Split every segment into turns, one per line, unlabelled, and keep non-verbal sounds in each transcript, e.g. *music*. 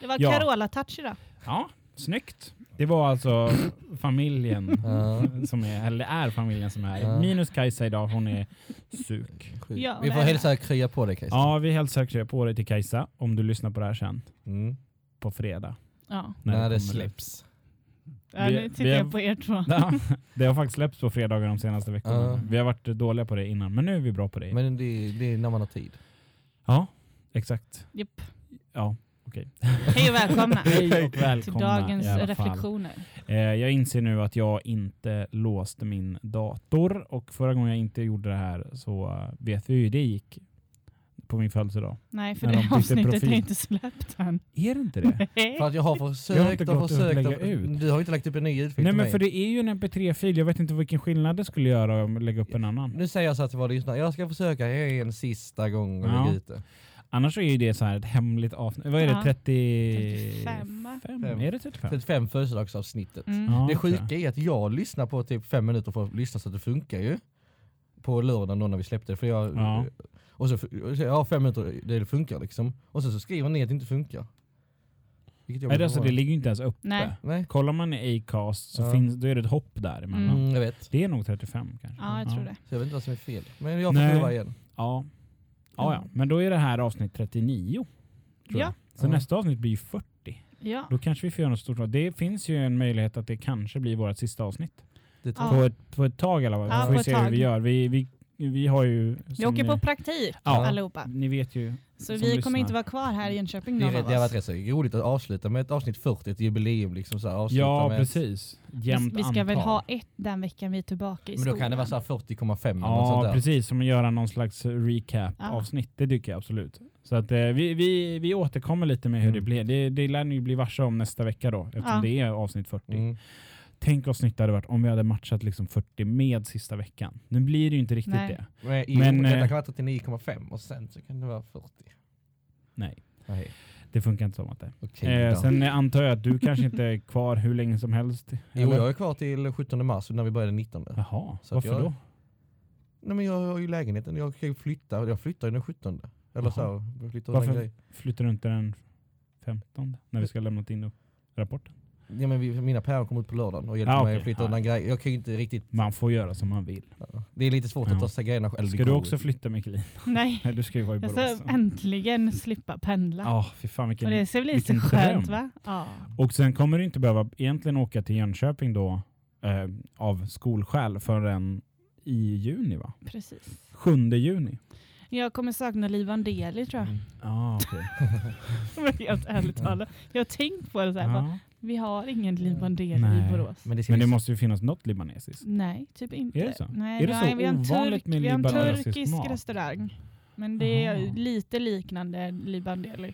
Det var
Ja.
Carola-touch idag.
Ja, snyggt. Det var alltså familjen
Ja.
som är, eller är familjen som är.
Ja.
Minus Kajsa idag, hon är sjuk.
Sjukt.
Ja,
Vi
det
får
är
hälsa krya på dig Kajsa.
Ja, vi hälsar krya på dig till Kajsa om du lyssnar på det här sen
Mm.
på fredag.
Ja.
När, det
kommer ut.
släpps.
Ja,
Vi-
nu tittar
vi är-
jag på er två.
Ja, det har faktiskt släppts på fredagar de senaste veckorna.
Ja.
Vi har varit dåliga på det innan, men nu är vi bra på det.
Men det, det är när man har tid.
Ja,
*laughs*
exakt.
Japp.
Ja,
*laughs* Hej och välkomna
hej och välkomna
till
i
dagens
alla fall.
reflektioner.
Eh, jag inser nu att jag inte låste min dator och förra gången jag inte gjorde det här så eh, vet vi ju hur det gick på min födelsedag.
Nej, för
När de
det
bytte
avsnittet
profil.
är inte släppt
*laughs*
än.
Är det inte det?
För att jag har
Jag har inte
försökt
gått
och
att
försökt.
lägga
och-
ut.
Du har inte lagt upp en ny ljudfil
Nej men
till mig.
för det är ju en mp3-fil. Jag vet inte vilken skillnad det skulle göra om jag lägger upp en annan.
Nu säger jag så här till våra lyssnare, jag ska försöka en sista gång och
Ja.
lägga ut det.
Annars är ju det så här ett hemligt avsnitt. Vad är det?
Ja.
35?
35.
Är det 35?
35 födelsedagsavsnittet.
Mm.
Ja,
Det
okej.
sjuka är att jag lyssnar på typ fem minuter för att lyssna så att det funkar ju. På lördagen då när vi släppte det. För jag,
Ja.
Och så, och så- ja, fem minuter, det funkar liksom. Och sen så skriver ni att det inte funkar. Vilket jag
Nej,
blir
det, alltså, det
förvånad.
ligger ju inte ens uppe.
Nej.
Nej,
Kollar man i Acast så
Ja.
finns, då är det ett hopp däremellan.
mm, jag vet.
Det är nog 35 kanske.
Ja, jag tror det.
Så jag vet inte vad som är fel. Men jag
Nej.
får prova igen.
Ja. Ja, ja. Men då är det här avsnitt 39. Tror
Ja.
jag. Så
Ja.
nästa avsnitt blir ju 40.
Ja.
Då kanske vi får göra något stort. Det finns ju en möjlighet att det kanske blir vårt sista avsnitt.
Det tror
Ja.
På, ett, på ett tag i alla fall.
Ja,
Så får
på
vi
ett
se hur
tag.
vi gör. Vi, vi, vi har ju...
Vi
som
åker
ni-
på praktik
Ja.
allihopa.
Ni vet ju.
Så
Som
vi kommer
lyssnar.
inte vara kvar här i Jönköping
jag. det,
någon
är,
av
det har varit
oss.
rätt så roligt att avsluta med ett avsnitt 40, ett jubileum liksom. Så här, avsluta
Ja,
med
precis.
Vi
Jämnt
vi ska väl
antal.
ha ett den veckan vi är tillbaka i
Men då kan det vara så
skolan.
här 40,5 eller något sånt
Ja,
där.
precis. Som att göra någon slags
Ja.
recap-avsnitt. Det tycker jag absolut. Så att eh, vi, vi, vi återkommer lite med hur det
Mm.
blir. Det, det lär ni ju bli varse om nästa vecka då, eftersom
Ja.
det är avsnitt 40.
Mm.
Tänk vad snyggt det hade varit om vi hade matchat liksom 40 med sista veckan. Nu blir det ju inte riktigt
Nej.
det.
Men,
Men,
men detta
eh,
kan vara 39,5 och sen så kan det vara 40.
Nej,
Nej.
det funkar inte så, Matte.
Okej
eh,
då.
sen eh, antar jag att du kanske inte är kvar hur länge som helst.
Jo,
eller?
jag är kvar till 17 mars när vi börjar den 19.
Jaha,
Så att
varför
jag-
då?
Nej men jag har ju lägenheten, jag kan ju flytta. Jag flyttar ju den 17. Eller så,
Jaha.
jag flyttar
Varför?
Varför? grej.
Flyttar du inte den 15 när vi ska lämna in rapporten?
Ja, men vi, mina päron kommer ut på lördagen och hjälper
Ah,
mig
okej.
att flytta
Ah.
undan grejer. Jag kan ju inte riktigt...
Man får göra som man vill.
Det är lite svårt
Ja.
att ta sig grejerna själv.
Ska du också flytta Mikkelin?
Nej,
*laughs* Nej, du ska ju vara i
jag
Borås.
ska äntligen slippa pendla.
Ja, fy fan vilken...
Och det ser väl
vilken
lite skönt
dröm.
va? Ja.
Och sen kommer du inte behöva egentligen åka till Jönköping då eh, av skolskäl förrän i juni va?
Precis.
7 juni.
Jag kommer sakna Liv Andeli tror jag.
Ah, okej.
Men *laughs* Helt ärligt talat. Jag har tänkt på det så här. Bara,
Mm. ja.
vi har ingen Liv Andeli
Nej.
i Borås.
Men det, ska
Men
vi-
det måste ju finnas något libanesiskt.
Nej, typ inte.
Är det så?
Nej,
Är det
vi
så
har, vi har en
ovanligt
turk,
med
vi har en
libanesisk
turkisk
mat?
restaurang. Men det är
Aha.
lite liknande Liv Andeli.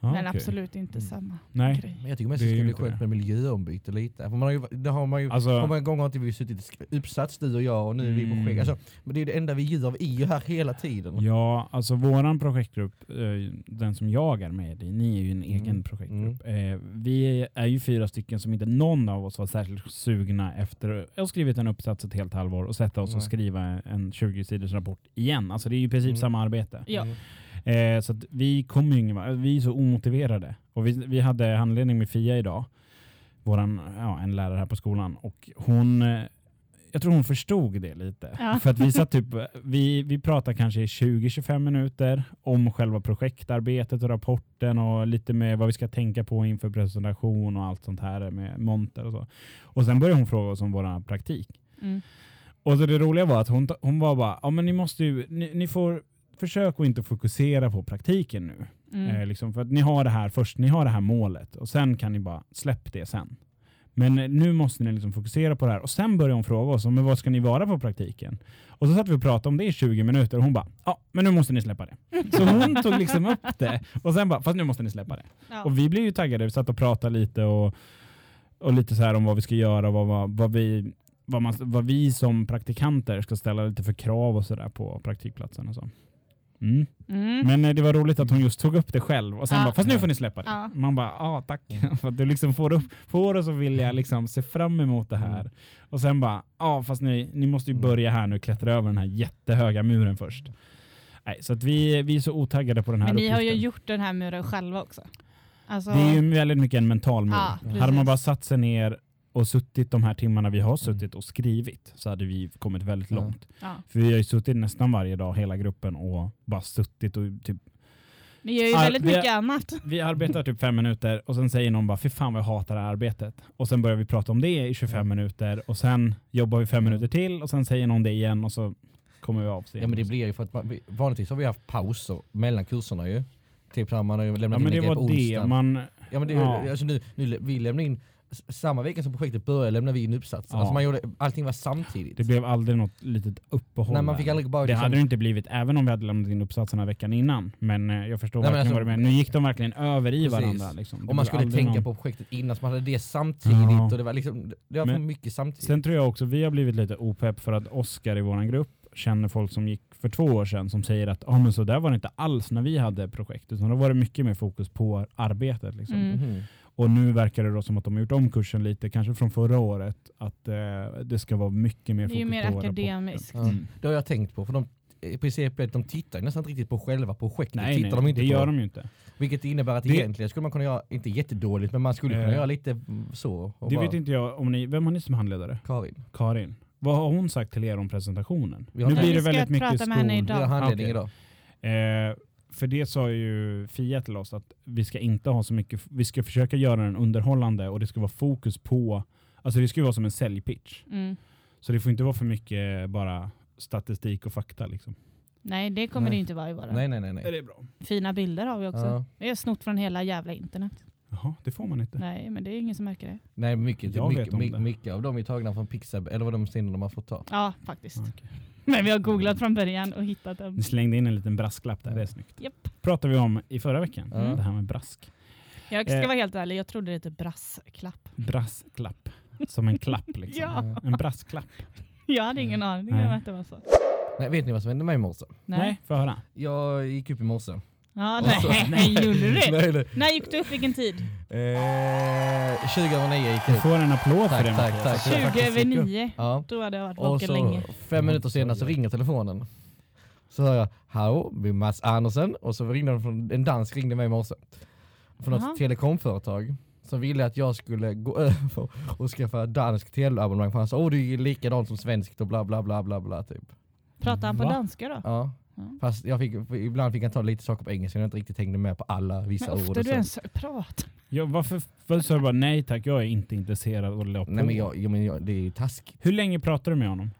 Ja,
men
Ah, okej.
absolut inte
Mm.
samma
Nej.
grej.
men jag tycker mest
Det
det
är ju
skulle bli
inte
skönt
det.
med miljöombyte lite. För man har ju, det har man ju... Hur
Alltså,
många gånger har inte vi suttit i sk- uppsats du och jag och nu är vi
Mm.
på skägg. Alltså, men det är det enda vi gör, vi är ju här hela tiden.
ja, alltså våran projektgrupp, eh, den som jag är med i, ni är ju en egen
Mm.
projektgrupp. Eh, vi är ju fyra stycken som inte någon av oss var särskilt sugna efter att ha skrivit en uppsats ett helt halvår och sätta oss och
Nej.
skriva en 20-sidors rapport igen. Alltså det är ju i princip
Mm.
samma arbete.
Ja.
Mm.
Eh, så att vi kommer ju ingen vart. Vi är så omotiverade. Och vi, vi hade handledning med Fia idag, Våran, ja, en lärare här på skolan. Och hon, eh, jag tror hon förstod det lite.
Ja.
För att vi satt typ, vi, vi pratade kanske i 20-25 minuter om själva projektarbetet och rapporten och lite med vad vi ska tänka på inför presentation och allt sånt här med monter och så. Och sen började hon fråga oss om vår praktik.
Mm.
Och så det roliga var att hon, hon var bara, ja men ni måste ju, ni, ni får försöka att inte fokusera på praktiken nu.
Mm.
Eh, liksom, för att ni har det här först, ni har det här målet och sen kan ni bara släpp det sen. Men eh, nu måste ni liksom fokusera på det här. Och sen började hon fråga oss, men vad ska ni vara på praktiken? Och så satt vi och pratade om det i 20 minuter och hon bara, ja men nu måste ni släppa det. Så hon tog liksom upp det och sen bara, fast nu måste ni släppa det.
Ja.
Och vi blev ju taggade, vi satt och pratade lite och, och lite så här om vad vi ska göra, vad, vad, vad vi vad, man, vad vi som praktikanter ska ställa lite för krav och sådär på praktikplatsen och så. Mm.
Mm.
Men eh, det var roligt att hon just tog upp det själv och sen
Ja.
bara, fast nu får ni släppa det.
Ja.
Man bara, ja ah, tack. *laughs* För att du liksom får, upp, får oss att vilja liksom se fram emot det här. Och sen bara, ja ah, fast ni, ni måste ju börja här nu, klättra över den här jättehöga muren först. Nej, så att vi, vi är så otaggade på den här
Men ni har ju
uppgiften.
gjort den här muren själva också. Alltså,
Det är ju väldigt mycket en mental mur.
Ja, precis.
hade man bara satt sig ner och suttit de här timmarna vi har
Mm.
suttit och skrivit så hade vi kommit väldigt
Ja.
långt.
ja.
För vi har ju suttit nästan varje dag, hela gruppen, och bara suttit och typ
Ni gör ju
Ja,
väldigt
vi-
mycket annat.
Vi arbetar typ fem minuter och sen säger någon bara fy fan vad jag hatar det här arbetet. Och sen börjar vi prata om det i
Mm.
25 minuter och sen jobbar vi fem minuter till och sen säger någon det igen och så kommer vi av sig.
Ja men det blir ju för att man, vi- vanligtvis har vi haft pauser mellan kurserna ju. Typ så här, man har ju lämnat
ja, men
in
det
en grej på
var det.
onsdagen.
Man,
Ja, men det,
Ja.
alltså nu, nu, lä- vi lämnade in, s- samma vecka som projektet började lämnade vi in uppsatser.
Ja.
Alltså man gjorde, allting var samtidigt.
det blev aldrig något litet uppehåll.
Nej, man
där.
fick aldrig bara
det
liksom-
hade det inte blivit även om vi hade lämnat in uppsatserna veckan innan. Men eh, jag förstår
Nej, men
verkligen vad
alltså-
du menar. Nu gick de verkligen över i
Precis.
varandra. Liksom. Det
Om man
blev
skulle
aldrig
tänka
någon-
på projektet innan så man hade det samtidigt
Ja.
och det var liksom, det var för
Men-
mycket samtidigt.
Sen tror jag också vi har blivit lite opepp för att Oskar i vår grupp känner folk som gick för två år sedan som säger att ah, men så där var det inte alls när vi hade projekt. Utan då var det mycket mer fokus på arbetet. Liksom.
Mm.
Mhm.
Och nu verkar det då som att de har gjort om kursen lite, kanske från förra året, att eh, det ska vara mycket mer
Det är
fokus
ju mer
på rapporten.
akademiskt.
Ja.
Mm.
Det har jag tänkt på för de i princip att de tittar ju nästan inte riktigt på själva projektet.
Nej,
tittar
nej,
de inte
det
på.
gör de ju inte.
Vilket innebär att
Det-
egentligen skulle man kunna göra, inte jättedåligt, men man skulle kunna
Eh,
göra lite mm, så. Och
Det
bara,
vet inte jag om ni, vem har ni som handledare?
Karin,
Karin. Vad har hon sagt till er om presentationen?
Vi
Nu
har-
blir
Vi
det
ska
väldigt mycket
prata med henne
skol-
du
idag.
har handledning
Okej.
idag.
Eh, för det sa ju Fia till oss att vi ska inte ha så mycket, vi ska försöka göra den underhållande och det ska vara fokus på, alltså det ska ju vara som en säljpitch.
Mm.
Så det får inte vara för mycket bara statistik och fakta liksom.
Nej, det kommer
Nej.
det ju inte vara i våra.
Nej, nej, nej. nej.
Är det bra?
Fina bilder har vi också.
Ja.
Vi har snott från hela jävla internet.
Jaha, det får man inte.
Nej, men det är ingen som märker det.
Nej, mycket,
Jag vet
mycket,
om
my-
det.
mycket av dem är tagna från Pixab, eller vad de scener de har fått ta.
Ja, faktiskt.
Ah, okej.
*laughs* Men vi har googlat från början och hittat dem.
*laughs*
Ni slängde in en liten brasklapp där, det är snyggt.
Japp.
Pratade vi om i förra veckan,
Ja.
det här med brask.
Jag ska
Eh.
vara helt ärlig, jag trodde det hette
*laughs*
brassklapp.
Brasklapp. Som en klapp
*laughs*
liksom.
Ja.
Eh,
En brasklapp.
Jag hade ingen aning om
Nej.
att det var så.
Nej, vet ni vad som hände mig i morse?
Nej.
Nej, får jag höra.
Jag gick upp i morse.
Ja,
Ah,
Och så-
*laughs* nej. Gjorde du det?
*laughs* nej, nej.
När gick du upp? Vilken tid?
Eh, 20 över 9 gick
Du *laughs*
jag upp.
får en applåd för
Tack,
det
tack,
Mattias.
20
tack. Jag faktiskt
över
gick upp.
9.
Ja.
Då hade jag varit
Och
vaken
så
länge.
fem minuter senare så ringer telefonen. Så hör jag “Hallå, det är Mats Andersen” och så ringde de från, en dansk ringde mig i morse. Från
Jaha.
något telekomföretag som ville att jag skulle gå *laughs* över och skaffa dansk teleabonnemang för han sa “Åh, du är likadant som svenskt” och bla bla bla bla bla typ.
Pratar han på
Va?
danska då?
Ja.
Ja.
Fast jag fick, ibland fick han ta lite saker på engelska, jag inte riktigt hängde med på alla vissa
Men
ord.
ofta
och
du
så.
ens pratar.
Ja, varför varför sa du bara nej tack, jag är inte intresserad och la på?
Nej men, jag, ja, men jag, det är ju taskigt.
Hur länge pratade du med honom?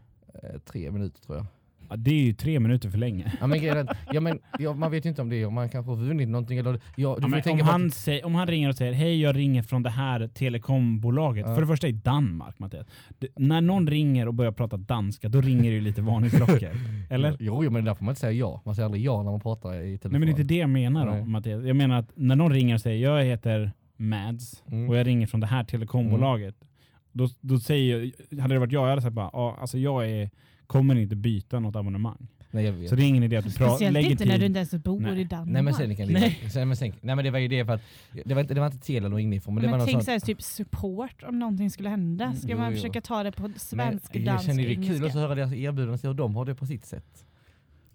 Eh, Tre minuter tror jag.
Ja, det är ju tre minuter för länge.
Ja, men, grejen är att- ja, men, ja, man vet ju inte om det är om man kanske har vunnit någonting eller... Ja, du
Ja,
får
men
ju
om,
tänka på att-
han säger, om han ringer och säger hej jag ringer från det här telekombolaget.
Ja.
För det första i Danmark Mattias. Det, när någon ringer och börjar prata danska då ringer det ju lite
*laughs*
varningsklockor. Eller?
Jo, jo, men där får man inte säga ja. Man säger aldrig ja när man pratar i
Nej men
telefon.
det är inte det jag menar då,
Nej.
Mattias. Jag menar att när någon ringer och säger jag heter Mads
Mm.
och jag ringer från det här telekombolaget. Då, då säger jag, hade det varit jag, jag hade sagt bara ja, alltså jag är, kommer inte byta något abonnemang.
Nej, jag vet.
Så det är ingen idé att du pratar,
Speciellt
lägger
inte när du
tid.
inte ens bor
Nej.
i Danmark.
Nej men sen kan
Nej.
det sen, men sen, nej men det var ju det för att det var inte, det var inte Telia de ringde ifrån men det
Men,
var något
tänk
sånt.
så här, typ support om någonting skulle hända. Ska
Jo,
man
jo.
försöka ta det på
Men
svensk,
jag
dansk,
känner det är kul att
engelska?
höra deras erbjudanden och de har det på sitt sätt.
Åh,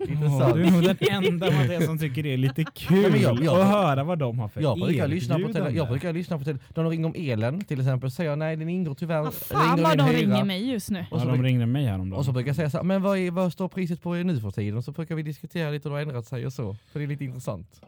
Intressant.
du är nog den enda Mattias som tycker det är
*laughs*
lite
Nej,
kul
men jag- jag-
att höra vad de har för
jag brukar lyssna på tele,
erbjudande.
jag brukar lyssna på tele, när de ringer om elen till exempel säger jag nej den ingår tyvärr.
Ah, fan
ringer
vad
en
de
hyra.
ringer mig just nu.
Ja,
Och så
de
bruk-
ringde mig häromdagen.
Och så brukar jag säga så här, men vad, är, vad står priset på nu för tiden? Och så brukar vi diskutera lite och det har ändrat sig och så. För det är lite intressant.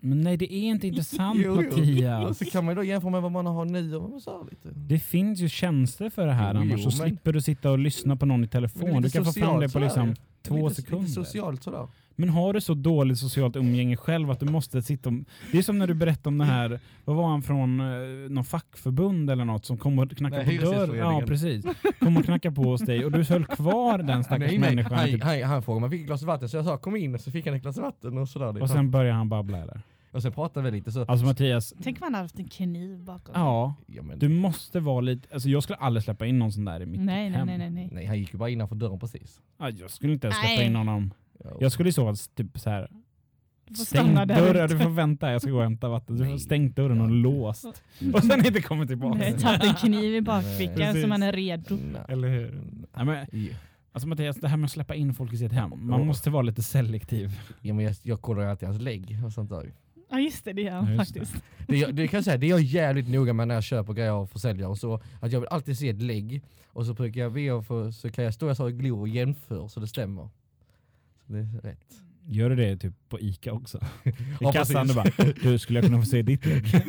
Men nej, det är
*laughs*
inte intressant
Jo, jo. Och
Mattias.
så kan man ju då jämföra med vad man har nu och så här lite.
Det finns ju tjänster för det här
Jo,
annars.
jo,
så
men-
slipper du sitta och lyssna på någon i
Men det
telefon.
är
Du
lite
kan få fram
socialt
det på
så är
liksom
det.
två
lite, Lite
sekunder.
socialt sådär.
Men har du så dåligt socialt umgänge själv att du måste sitta och... Det är som när du berättade om det här, vad var han från, eh, någon fackförbund eller något som kom och knackade
Nej,
på dörren? Ja,
Hyresgästföreningen.
precis. Kom och knackade på hos dig och du höll kvar den stackars
Nej, nej,
människan. i
han,
typ,
han, han frågade om han fick ett glas vatten så jag sa kom in och så fick han ett glas vatten och sådär. liksom.
och sen började han babbla eller?
Och sen pratade vi lite så,
Alltså Mattias,
Tänk om han hade haft en kniv bakom.
ja,
ja men,
du måste vara lite... Alltså jag skulle aldrig släppa in någon sån där i mitt
nej, nej,
hem.
nej, nej, nej.
nej han gick ju bara innanför dörren precis.
Ja, jag skulle inte ens släppa
Nej.
in honom.
Ja,
Jag skulle i så fall typ så här...
Du får
Stäng
stanna där
dörren,
ute.
du får vänta. Jag ska gå och hämta vatten. Du får
Nej.
stängt dörren och
Ja.
låst. Och sen inte kommit tillbaka.
Nej, tagit en kniv i bakfickan
Precis.
så man är redo.
Nej.
Eller hur? Nej, men, alltså Mattias, det här med att släppa in folk i sitt hem. Man
Ja.
måste vara lite selektiv.
Ja, men jag, jag kollar ju alltid hans lägg och sånt där.
Ja just det, det gör han
Ja, just det.
faktiskt.
Det, jag, det kan jag säga, det är jag jävligt noga med när jag köper grejer och försäljer och så. Att jag vill alltid se ett lägg och så brukar jag be och få, så kan jag stå så och glo och jämför så det stämmer. Så det är rätt.
Gör du det typ på Ica också? I
*laughs* Ja,
kassan du
precis.
bara, du skulle jag kunna få se ditt lägg?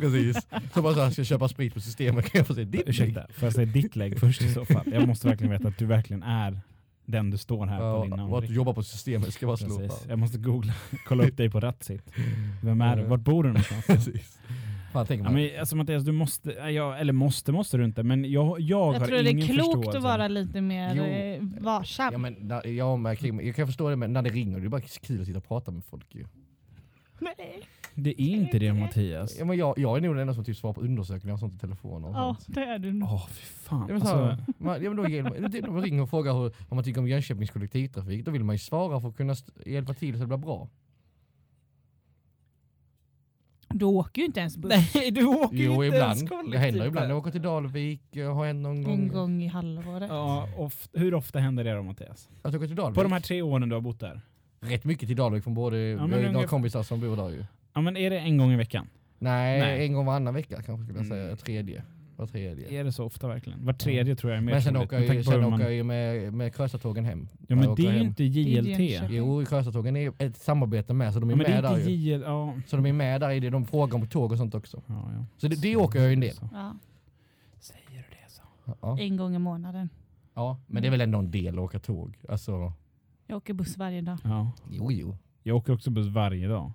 Precis. Så bara såhär, ska jag köpa sprit på systemet kan jag få se *laughs* ditt lägg?
Ursäkta, får jag se ditt lägg först i så fall? Jag måste verkligen veta att du verkligen är den du står här på din
Ja, och att
namn.
du jobbar på systemet ska vara slå
Precis. Jag måste googla, *laughs* kolla upp dig på Ratsit. Vem är du? Vart bor du någonstans?
*laughs* Precis. Fan, tänk om
Ja, men, alltså Mattias, du måste, ja, eller måste måste du inte, men jag, jag, har
Jag tror det
ingen
är klokt
förståelse.
att vara lite mer
Jo.
eh, varsam.
Ja, men, när, jag, med, jag kan förstå det, men när det ringer det är bara kul att sitta och prata med folk ju.
Nej.
Det är inte det Mattias.
Ja, men jag, jag är nog den enda som typ svarar på undersökningar och sånt i telefoner och
Ja,
sånt.
det är du nog.
Åh, fy fan.
Ja, men, så,
Alltså,
man, ja, men då, ger- det är typ när man ringer och frågar hur, vad man tycker om Jönköpings kollektivtrafik. Då vill man ju svara för att kunna st- hjälpa till så det blir bra.
Du åker ju inte ens buss.
nej, du åker ju
Jo,
inte
ibland.
ens kollektivt.
Det händer ibland. Jag åker till Dalvik, eh, har hänt någon gång.
En gång i halvåret.
Ja, of, hur ofta händer det då Mattias?
Att jag åker till Dalvik.
På de här tre åren du har bott där?
Rätt mycket till Dalvik från både
men
jag har ju några
ungefär-
kompisar som bor där ju.
Ja, men är det en gång i veckan?
Nej,
Nej.
en gång varannan vecka kanske skulle jag säga.
Mm.
Tredje. Var tredje.
Är det så ofta verkligen? Var tredje tror jag är mer
Men sen
troligt,
åker
med
jag ju
tanke på hur
sen
man-
åker jag ju med, med Krösatågen hem.
Ja,
jag
men
åker
det är ju
hem.
inte
ju
JLT.
Jönköping.
Jo, Krösatågen är ett samarbete med så de är
Ja, men det
med
är
där
inte
ju.
JL... Ja,
Så de är med där i det. De frågar om tåg och sånt också.
ja, ja.
Så det, det åker jag ju en del.
Så.
Ja,
Säger du det så?
Ja.
Mm.
en gång i månaden.
Ja, men det är väl ändå en del att åka tåg. Alltså,
Jag åker buss varje dag.
Ja.
jo, jo.
Jag åker också buss varje dag.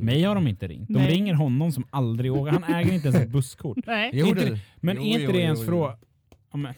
Mig har de inte ringt. De
Nej.
ringer honom som aldrig åker. Han äger inte
*laughs*
ens ett busskort.
Nej.
Jo,
Inte
du.
Men
Jo,
är inte
jo,
det
jo,
ens
jo.
fråga... Ja, men,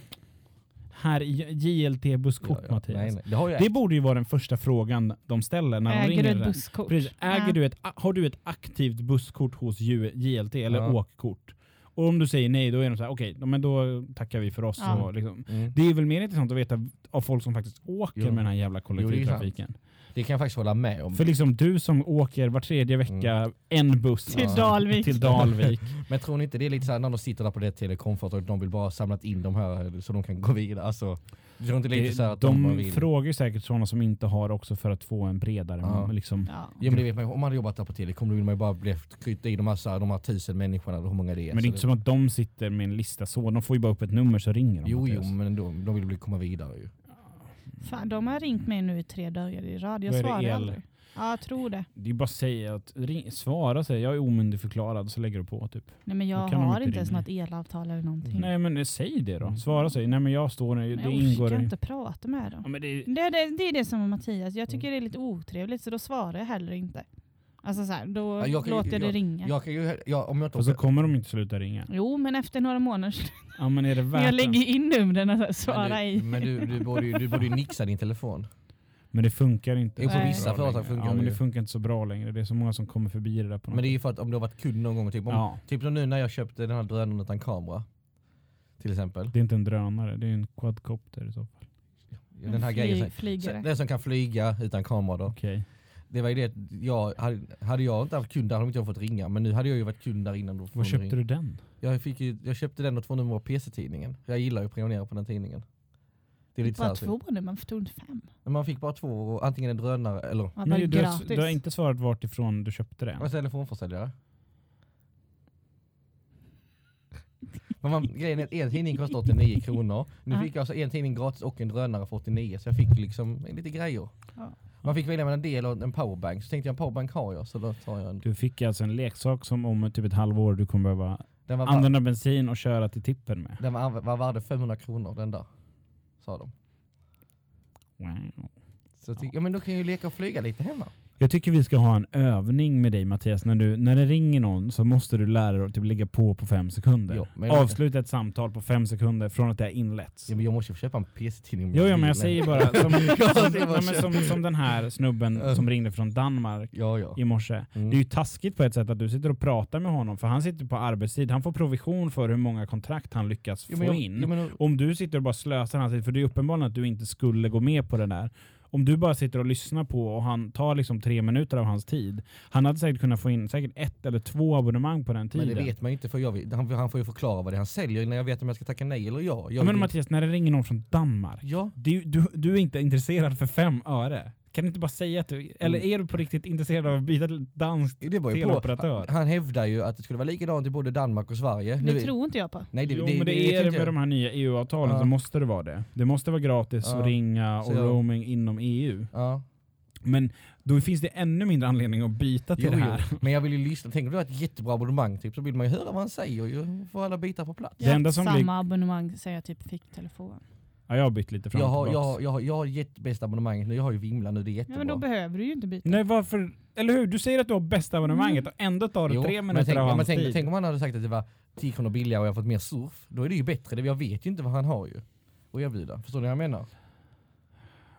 här, i JLT-busskort
Ja, ja.
Mattias.
Nej, nej. Det har jag.
Det borde ju vara den första frågan de ställer när de
Äger du
ringer.
ett
dig.
busskort?
Precis. Äger
Ja.
du ett, har du ett aktivt busskort hos Ju- JLT eller
Ja.
åkkort? Och om du säger nej, då är de så här, okej, men då tackar vi för oss.
Ja.
Och liksom.
Mm.
Det är väl mer intressant att veta av folk som faktiskt åker
Jo.
med den här jävla kollektivtrafiken.
Det kan jag faktiskt hålla med om.
För liksom du som åker var tredje
Mm.
vecka en buss
Till Dalvik.
till Dalvik.
Men tror ni inte det är lite såhär när de sitter där på det telekomföretaget, de vill bara ha samlat in de här så de kan gå vidare? Alltså, jag tror inte *laughs* det är lite
Det,
så här att de, bara
de
vill...
frågar ju säkert sådana som inte har också för att få en bredare.
Ja.
Liksom.
Ja.
Ja, men det vet man, ju. om man hade jobbat där på telekom då vill man ju bara bli, kryta i de här, så här, de här tusen människorna eller hur många det är.
Men det är
Så
inte som att de sitter med en lista så. De får ju bara upp ett nummer så ringer de.
Jo, jo,
Mattias.
men ändå. De vill bli komma vidare ju.
Fan, de har ringt mig nu i tre dagar i rad. Jag
Vad är det,
svarar
el?
aldrig. Ja, jag tror det.
Det är bara att säga att ring, svara säger jag är omyndigförklarad så lägger du på typ.
Nej, men jag
Då kan de
har
inte
inte ens
ringa.
något elavtal eller någonting.
Nej men eh, säg det då. Svara säg nej men jag står nu.
Men
Det
jag
ingår
orkar
i-
inte prata med dem.
Ja, men det,
Det, det, det är det som med Mattias. Jag
Mm.
tycker det är lite otrevligt så då svarar jag heller inte. Alltså så här, då
Ja, jag kan-
låter jag det
jag-
ringa.
Jag kan ju, jag, om jag inte
och så
åker,
kommer de inte sluta ringa.
Jo, men efter några månader. så-
Ja men är det
Men
värt
jag
det?
lägger in numren och så här,
men
svarar
du,
i.
men du, du, borde ju, du borde ju nixa din telefon.
Men det funkar inte.
Jo,
på
så
vissa
bra
företag
längre.
funkar
ja,
det
men
ju.
det funkar inte så bra längre. Det är så många som kommer förbi det där på något
Men det är ju för att om du har varit kund någon gång, typ, om,
Ja,
typ som nu när jag köpte den här drönaren utan kamera. Till exempel.
det är inte en drönare. Det är en quadcopter i så fall.
Den här grejen.
Fly,
som-
flygare.
Den som kan flyga utan kamera då.
Okej.
Det var ju det att jag, hade, hade jag inte haft kund där hade inte jag fått ringa. Men nu hade jag ju varit kund där innan. Då
Var köpte du den?
Jag, fick ju, jag köpte den och två nummer av PC-tidningen. Jag gillar ju att prenumerera på den tidningen. Det är lite
Bara
såhär, så
två nu, man tog inte fem.
Men Man fick bara två, och antingen en drönare eller
Man
Men
bara
du, du, har-
gratis.
du har inte svarat vart ifrån du köpte den.
*laughs*
en telefonförsäljare. Men man, grejen är att en tidning kostar 89 kronor. Nu
Ja.
fick jag alltså en tidning gratis och en drönare för 89 så jag fick liksom lite grejer.
Ja.
Man fick välja mellan en del och en powerbank. Så tänkte jag en powerbank har jag så då tar jag en.
Du fick alltså en leksak som om typ ett halvår du kommer behöva
Den var, var,
använda bensin och köra till tippen med.
den var, var värd 500 kronor den där. Sa de.
Wow.
Så jag tyck, ja men då kan jag ju leka och flyga lite hemma.
Jag tycker vi ska ha en övning med dig Mattias. När, du, när det ringer någon så måste du lära dig att typ lägga på på fem sekunder.
Ja, men jag-
Avsluta ett samtal på fem sekunder från att det har inletts.
Ja, men jag måste ju köpa en PC-tidning.
Jo, ja, men jag säger bara
*laughs*
som,
Ja,
som,
det
ja,
var
men som, som den här snubben som ringde från Danmark
Ja, ja.
i morse.
Mm.
Det är ju taskigt på ett sätt att du sitter och pratar med honom för han sitter på arbetstid. Han får provision för hur många kontrakt han lyckas
Jo,
få
men jag-
in.
jo, men-
Om du sitter och bara slösar hans tid, för det är uppenbarligen att du inte skulle gå med på det där. Om du bara sitter och lyssnar på och han tar liksom tre minuter av hans tid. Han hade säkert kunnat få in säkert ett eller två abonnemang på den tiden.
Men det vet man ju inte för jag vet, han, han får ju förklara vad det är han säljer innan jag vet om jag ska tacka nej eller ja. Jag
ja, men
vet-
Mattias, när det ringer någon från Danmark.
ja.
Du, du, du är inte intresserad för fem öre. Kan du inte bara säga att du... Eller
Mm.
är du på riktigt intresserad av att byta till dansk
Det var ju på.
teleoperatör?
Han hävdar ju att det skulle vara likadant i både Danmark och Sverige.
Det tror inte jag på.
nej, det,
jo,
det,
men det, är
vet
det
inte
med
jag.
de här nya EU-avtalen
Ja.
så måste det vara det. Det måste vara gratis
Ja.
att ringa
Så
och
jag-
roaming inom EU.
Ja.
Men då finns det ännu mindre anledning att byta till
Jo,
det här.
jo. Men jag vill ju lyssna. Tänk om det var ett jättebra abonnemang typ, så vill man ju höra vad han säger ju. Får alla bitar på plats.
Det enda som
Samma
blir-
abonnemang som jag typ fick telefon.
Ja, jag har bytt lite fram
Jag
och
har, jag,
tillbaks.
har, jag, har, jag har gett bästa abonnemanget nu. Jag har ju Vimla nu, det är jättebra.
Ja, men då behöver du ju inte byta.
Nej, varför? Eller hur? Du säger att du har bästa abonnemanget och ändå tar det
Mm. Jo,
tre
men
minuter
tänk,
av
men
hans
tänk,
tid.
tänk om han hade sagt att det var 10 kronor billigare och jag har fått mer surf. Då är det ju bättre. Det- Jag vet ju inte vad han har ju att erbjuda. Förstår ni vad jag menar?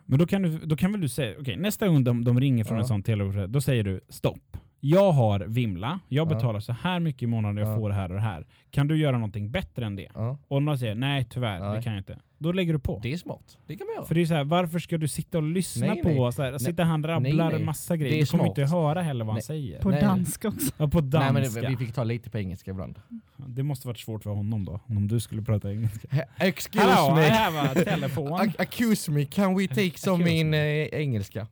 Men då kan, du, då kan väl du säga, okej nästa gång de, de ringer från
Ja.
en sån teleoperatör, då säger du stopp. Jag har Vimla, jag
Ja.
betalar så här mycket i månaden och jag
Ja.
får det här och det här. Kan du göra någonting bättre än det?
Ja.
Och om de säger nej tyvärr, det
Nej.
kan jag inte. Då lägger du på.
Det är smart. Det kan man göra.
För det är så här, varför ska du sitta och lyssna
Nej,
på?
nej.
Så här, sitta han rabblar
nej.
massa grejer.
Det är
Du kommer
smart.
inte höra heller vad han
Nej.
säger.
På
Nej.
danska också.
ja, på danska.
Nej, men det, vi fick ta lite på engelska ibland.
Det måste varit svårt för honom då, om du skulle prata engelska.
Excuse
Hallå, det
me.
här var telefon.
A- accuse me, can we *laughs* take some
Accuse
in eh, engelska?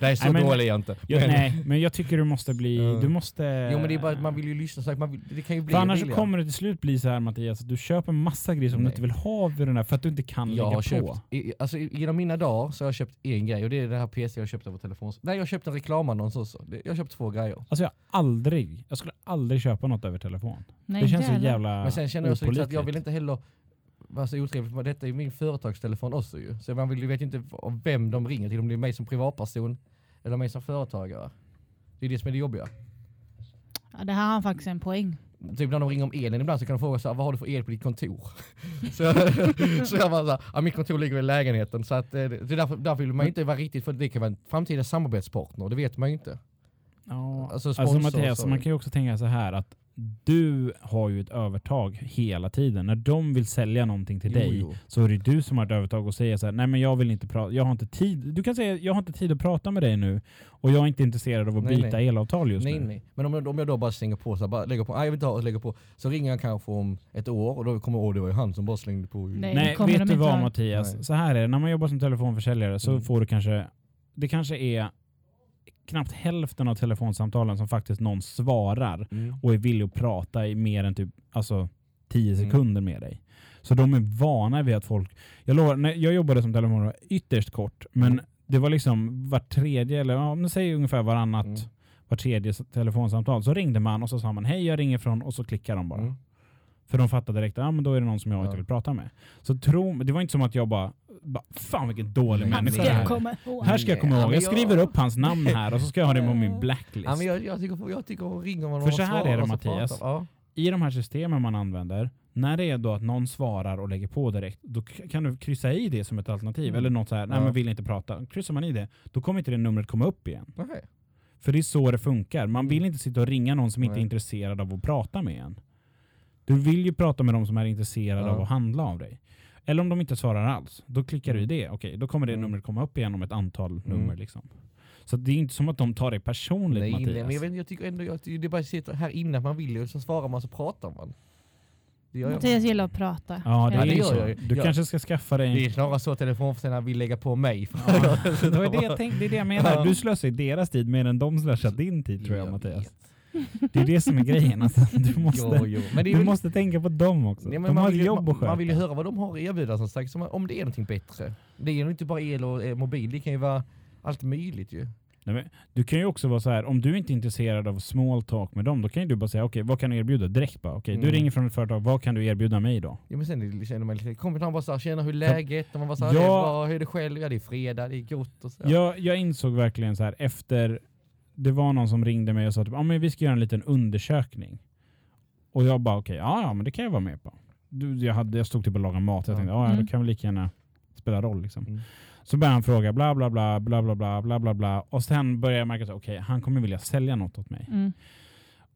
Nej, så
Nej, men-
dålig är jag inte.
Ja, nej, men jag tycker du måste bli...
Ja.
Du måste...
Jo men det är bara att man vill ju lyssna, så att man vill, det kan ju bli
För annars så
billigare.
kommer det till slut bli så här Mattias, att du köper massa grejer som du
Nej.
inte vill ha vid den här för att du inte kan
jag
lägga
har köpt,
på.
i- i- alltså i- genom mina dagar så har jag köpt en grej och det är den här PC jag köpte på telefon. Nej jag köpte en reklamannons också. Det- Jag har köpt två grejer.
Alltså jag har aldrig, jag skulle aldrig köpa något över telefon.
Nej,
det känns så
jävlar.
jävla
Men sen känner jag också lite att jag
opålitligt.
vill inte heller vara så otrevlig, för detta är ju min företagstelefon också ju. Så man vill ju vet ju inte v- vem de ringer till, om det är mig som privatperson eller mig som företagare. Det är det som är det jobbiga.
Ja, det här har han faktiskt en poäng.
Typ när de ringer om elen ibland så kan de fråga så här, vad har du för el på ditt kontor? *laughs* så, jag, så jag bara så här, ja, mitt kontor ligger i lägenheten. Så att, eh, det det är därför, därför vill man ju inte vara riktigt, för det kan vara en framtida samarbetspartner, det vet man ju inte.
Ja.
Alltså,
Alltså,
sponsor,
Mattias,
sorry.
man kan ju också tänka så här att du har ju ett övertag hela tiden. När de vill sälja någonting till
Jo,
dig
jo.
så är det du som har ett övertag och säger så här, nej men jag vill inte prata, jag har inte tid. Du kan säga, jag har inte tid att prata med dig nu och jag är inte intresserad av att
Nej,
byta
nej.
elavtal just
Nej,
nu.
nej. Men om, jag- om jag då bara slänger på så här, bara lägger på, nej jag vill inte ha, och lägger på. Så ringer jag kanske om ett år och då kommer åh det var ju han som bara slängde på. ju."
Nej.
Nej,
kommer
vet
de
du
inte
vad
ha-
Mattias?
Nej.
Så här är det, när man jobbar som telefonförsäljare så
Mm.
får du kanske, det kanske är knappt hälften av telefonsamtalen som faktiskt någon svarar
Mm.
och är villig att prata i mer än typ alltså, 10
Mm.
sekunder med dig. Så de är vana vid att folk... Jag, lovar, när jag jobbade som telefonare ytterst kort, men
Mm.
det var liksom var tredje, eller ja, men säg ungefär varannat,
Mm.
var tredje s- telefonsamtal, så ringde man och så sa man hej, jag ringer från och så klickar de bara.
Mm.
För de fattade direkt, ja men då är det någon som jag
Ja.
inte vill prata med. Så tro, det var inte som att jag bara, bara fan vilken dålig
Nej,
människa
Ska
det
nej.
jag
här är.
komma ihåg?
Här ska jag komma
Ja,
ihåg,
men
jag
jag-
skriver upp hans namn här och så ska jag ha det på min
Ja.
blacklist.
Ja, men jag, jag tycker, jag tycker hon ringer om man
För så här
svarar
är det,
och så
Mattias.
pratar. Ja.
i de här systemen man använder, när det är då att någon svarar och lägger på direkt, då k- kan du kryssa i det som ett alternativ.
Mm.
Eller något så här, nej
Ja.
men vill inte prata. Kryssar man i det, då kommer inte det numret komma upp igen.
Okej.
För det är så det funkar. Man vill inte sitta och ringa någon som inte är
Mm. Nej.
intresserad av att prata med en. Du vill ju prata med de som är intresserade
Ja.
av att handla av dig. Eller om de inte svarar alls, då klickar du i det. Okej, då kommer det
Mm.
numret komma upp igen om ett antal nummer.
Mm.
Liksom. Så det är inte som att de tar det personligt
Nej, nej,
Mattias.
men jag, vet, inte, jag tycker ändå jag, det är bara att sitta här inne att man vill ju, så svarar man så pratar man. Det gör jag.
Mattias gillar att prata.
Ja, det
Ja,
är
det
ju
gör
så.
jag ju.
Du
Ja.
kanske ska skaffa dig en
Det är snarare så att telefonförsäljarna vill lägga på mig.
Ja,
*laughs*
*laughs* det var det jag tänkte, det är det jag menar.
Ja.
Du slösar ju deras tid mer än de slösar din tid tror jag Mattias. Det är det som är grejen.
*laughs*
Alltså, du måste,
Jo, jo. Men det är
du
väl-
måste tänka på dem också.
Nej, men
de
man,
har
vill
ett
ju,
jobb att
man,
sköta.
man vill ju höra vad de har att erbjuda som sagt, som, om det är någonting bättre. Det är ju inte bara el och eh, mobil, det kan ju vara allt möjligt ju.
Nej, men du kan ju också vara så här, om du inte är intresserad av small talk med dem, då kan ju du bara säga okej, vad kan du erbjuda direkt? Bara, okej, Du
Mm.
ringer från ett företag, vad kan du erbjuda mig då?
Ja, men sen känner man lite, kompisarna bara såhär, tjena hur är läget? Och man bara såhär,
Ja.
det är bra, hur är det själv? Ja det är fredag, det är gott och så.
Jag, jag insåg verkligen så här efter, det var någon som ringde mig och sa typ, ah, men vi ska göra en liten undersökning. Och jag bara okej, ja ja men det kan jag vara med på. Du, jag, hade, jag stod typ och lagade mat, jag
Ja.
tänkte ah, ja
Mm.
det kan väl lika gärna spela roll liksom.
Mm.
Så började han fråga bla bla bla bla bla bla bla bla bla och sen började jag märka att okej, han kommer vilja sälja något åt mig.
Mm.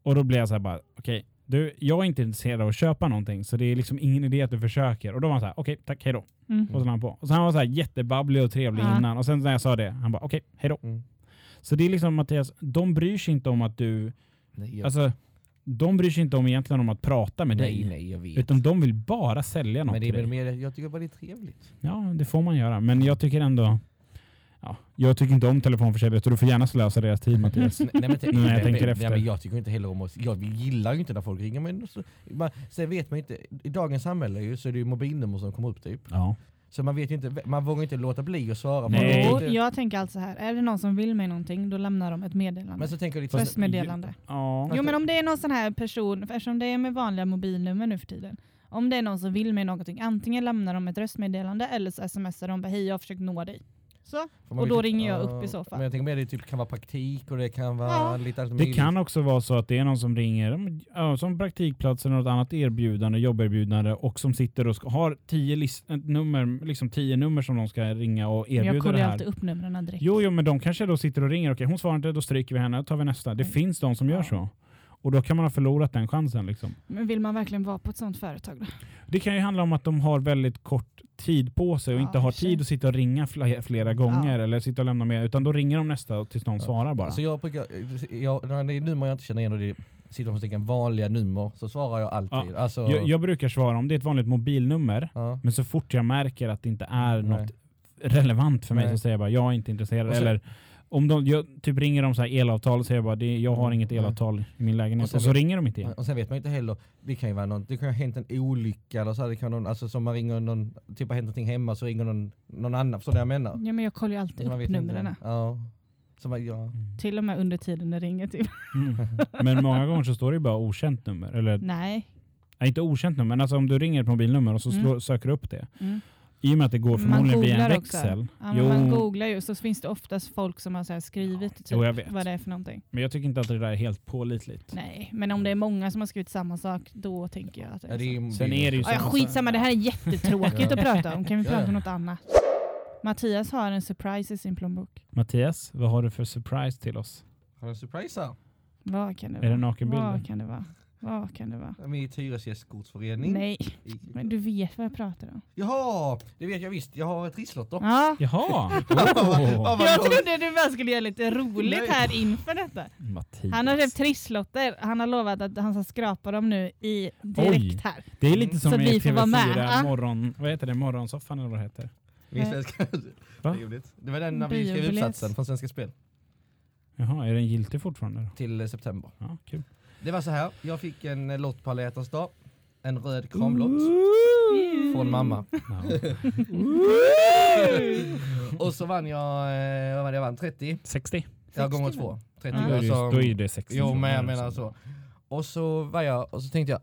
Och då blev jag så här bara, okej, du, jag är inte intresserad av att köpa någonting så det är liksom ingen idé att du försöker. Och då var han så här, okej, tack, hej då.
Mm.
Och så la han på. Och så han var så här jättebabblig och trevlig
Ja.
innan. Och sen när jag sa det, han bara, okej, hej då.
Mm.
Så det är liksom Mattias, de bryr sig inte om att du,
Nej, jag,
alltså, de bryr sig inte om egentligen om att prata med
nej,
dig.
nej, jag vet.
Utan de vill bara sälja något
men det är
till
väl
dig.
mer, jag tycker bara det är
*laughs*
trevligt.
Ja, det får man göra. Men jag tycker ändå, ja, jag tycker inte om telefonförsäljare så du får gärna slösa deras tid Mattias.
*laughs* Nej, nej, men,
Nej, jag
nej,
tänker
nej,
efter.
men jag tycker inte heller om att, jag gillar ju inte när folk ringer. Men så, man, sen vet man inte, i dagens samhälle ju, så är det ju mobilnummer som kommer upp typ.
ja.
Så man vet ju inte, man vågar inte låta bli att svara. för
Nej.
man
Jo,
vet inte-
jag tänker alltså här, är det någon som vill mig någonting, då lämnar de ett
Mm.
meddelande.
Men så tänker jag lite, så-
Röstmeddelande.
ja.
Jo men om det är någon sån här person, för eftersom det är med vanliga mobilnummer nu för tiden. Om det är någon som vill mig någonting, antingen lämnar de ett röstmeddelande eller så smsar de bara hej jag har försökt nå dig. Så,
för man
och
vet
då
inte-
ringer jag
ja,
upp i så fall.
Men jag tänker mer det typ kan vara praktik och det kan vara
Ja.
lite allt
Det
möjligt.
kan också vara så att det är någon som ringer ja, som praktikplats eller något annat erbjudande, jobberbjudande och som sitter och ska, har tio list, ett nummer, liksom tio nummer som de ska ringa och
Men jag
erbjuda
kollar
det
ju
här.
alltid upp numren direkt.
Jo, jo, men de kanske då sitter och ringer. Okej, hon svarar inte, då stryker vi henne, då tar vi nästa. Det
Mm.
finns de som gör
Ja.
så. Och då kan man ha förlorat den chansen. Liksom.
Men vill man verkligen vara på ett sånt företag då?
Det kan ju handla om att de har väldigt kort tid på sig och
Ja,
inte har
precis.
tid att sitta och ringa flera, flera gånger eller sitta och lämna med. Utan då ringer de nästa tills någon
Ja.
svarar bara.
Så Alltså jag brukar, jag, när det är nummer jag inte känner igen och det är situationstecken vanliga nummer så svarar jag alltid. Alltså,
Jag, jag brukar svara om det är ett vanligt mobilnummer
ja.
Men så fort jag märker att det inte är
Mm, Nej.
något relevant för mig
Nej.
så säger jag bara jag är inte intresserad.
Och sen-
Eller om de jag, typ ringer om så här elavtal och säger jag bara det, jag har
Mm,
inget
nej.
elavtal i min lägenhet.
Och
Och,
sen
så
vet-
ringer de inte igen.
Och sen vet man ju inte heller, det kan ju vara någon, det kan ju ha hänt en olycka eller så, här, det kan vara någon, alltså som man ringer någon, typ har hänt någonting hemma så ringer någon, någon annan, förstår du vad jag menar?
Ja men jag kollar ju alltid
man
upp
inte.
Mm. numren.
Ja. Så man, ja.
Till och med under tiden det ringer till.
*laughs*
Mm. Men många gånger så står det ju bara okänt nummer. Eller
Nej.
nej, inte okänt nummer, men alltså om du ringer ett mobilnummer och så
Mm.
slår, söker upp det.
Mm.
I och med att det går
Man
förmodligen via en
googlar också.
växel.
Ja, men man googlar ju så finns det oftast folk som har så här skrivit typ,
jo, jag vet.
vad det är för någonting.
men jag tycker inte att det där är helt pålitligt.
Nej, men om det är många som har skrivit samma sak, då tänker jag att det är,
Ja, det
så.
är, ju-
Sen är det ju
Ja, ja,
samma-
skitsamma, det här är jättetråkigt
Ja. *laughs*
att prata om. Kan vi
Ja,
prata om
ja.
något annat? Mattias har en surprise i sin plånbok.
Mattias, vad har du för surprise till oss?
Har du en surprise här?
Vad kan det
Är det
vara?
nakenbilden?
Vad kan det vara? Vad kan det vara?
Mitt hyresgästkortsförening.
Nej,
I-
men du vet vad jag pratar om.
Jaha! Det vet jag visst, jag har ett trisslotter.
Ja. *laughs*
Jaha!
Ja,
Oh.
vad
Jag
roligt.
trodde du bara skulle göra lite roligt
Nej.
här inför detta.
Mattias.
Han har köpt trisslotter. Han har lovat att han ska skrapa dem nu i direkt här.
Det är lite som
Mm. Så
i
vi får vara med, Ah.
TV4
va?
morgon, vad heter det, morgonsoffan eller vad det heter.
Visst, jag *laughs* ska- Det
Va?
är roligt. Det var den när vi skrev
Biobiljett.
uppsatsen från Svenska Spel
Jaha, är den giltig fortfarande? då?
till eh, september.
Ja, kul.
Det var så här, jag fick en eh, lott på alla hjärtans dag. En röd kramlott från mamma.
*laughs*
Ja.
Mm.
Och så vann jag, eh, vad var det jag vann? 30?
60.
Ja,
60
gånger
väl?
två. 30
Ja, då, är det,
alltså-
ju- då är det 60.
Jo, men jag
kronor,
menar så. Och så var jag, och så tänkte jag,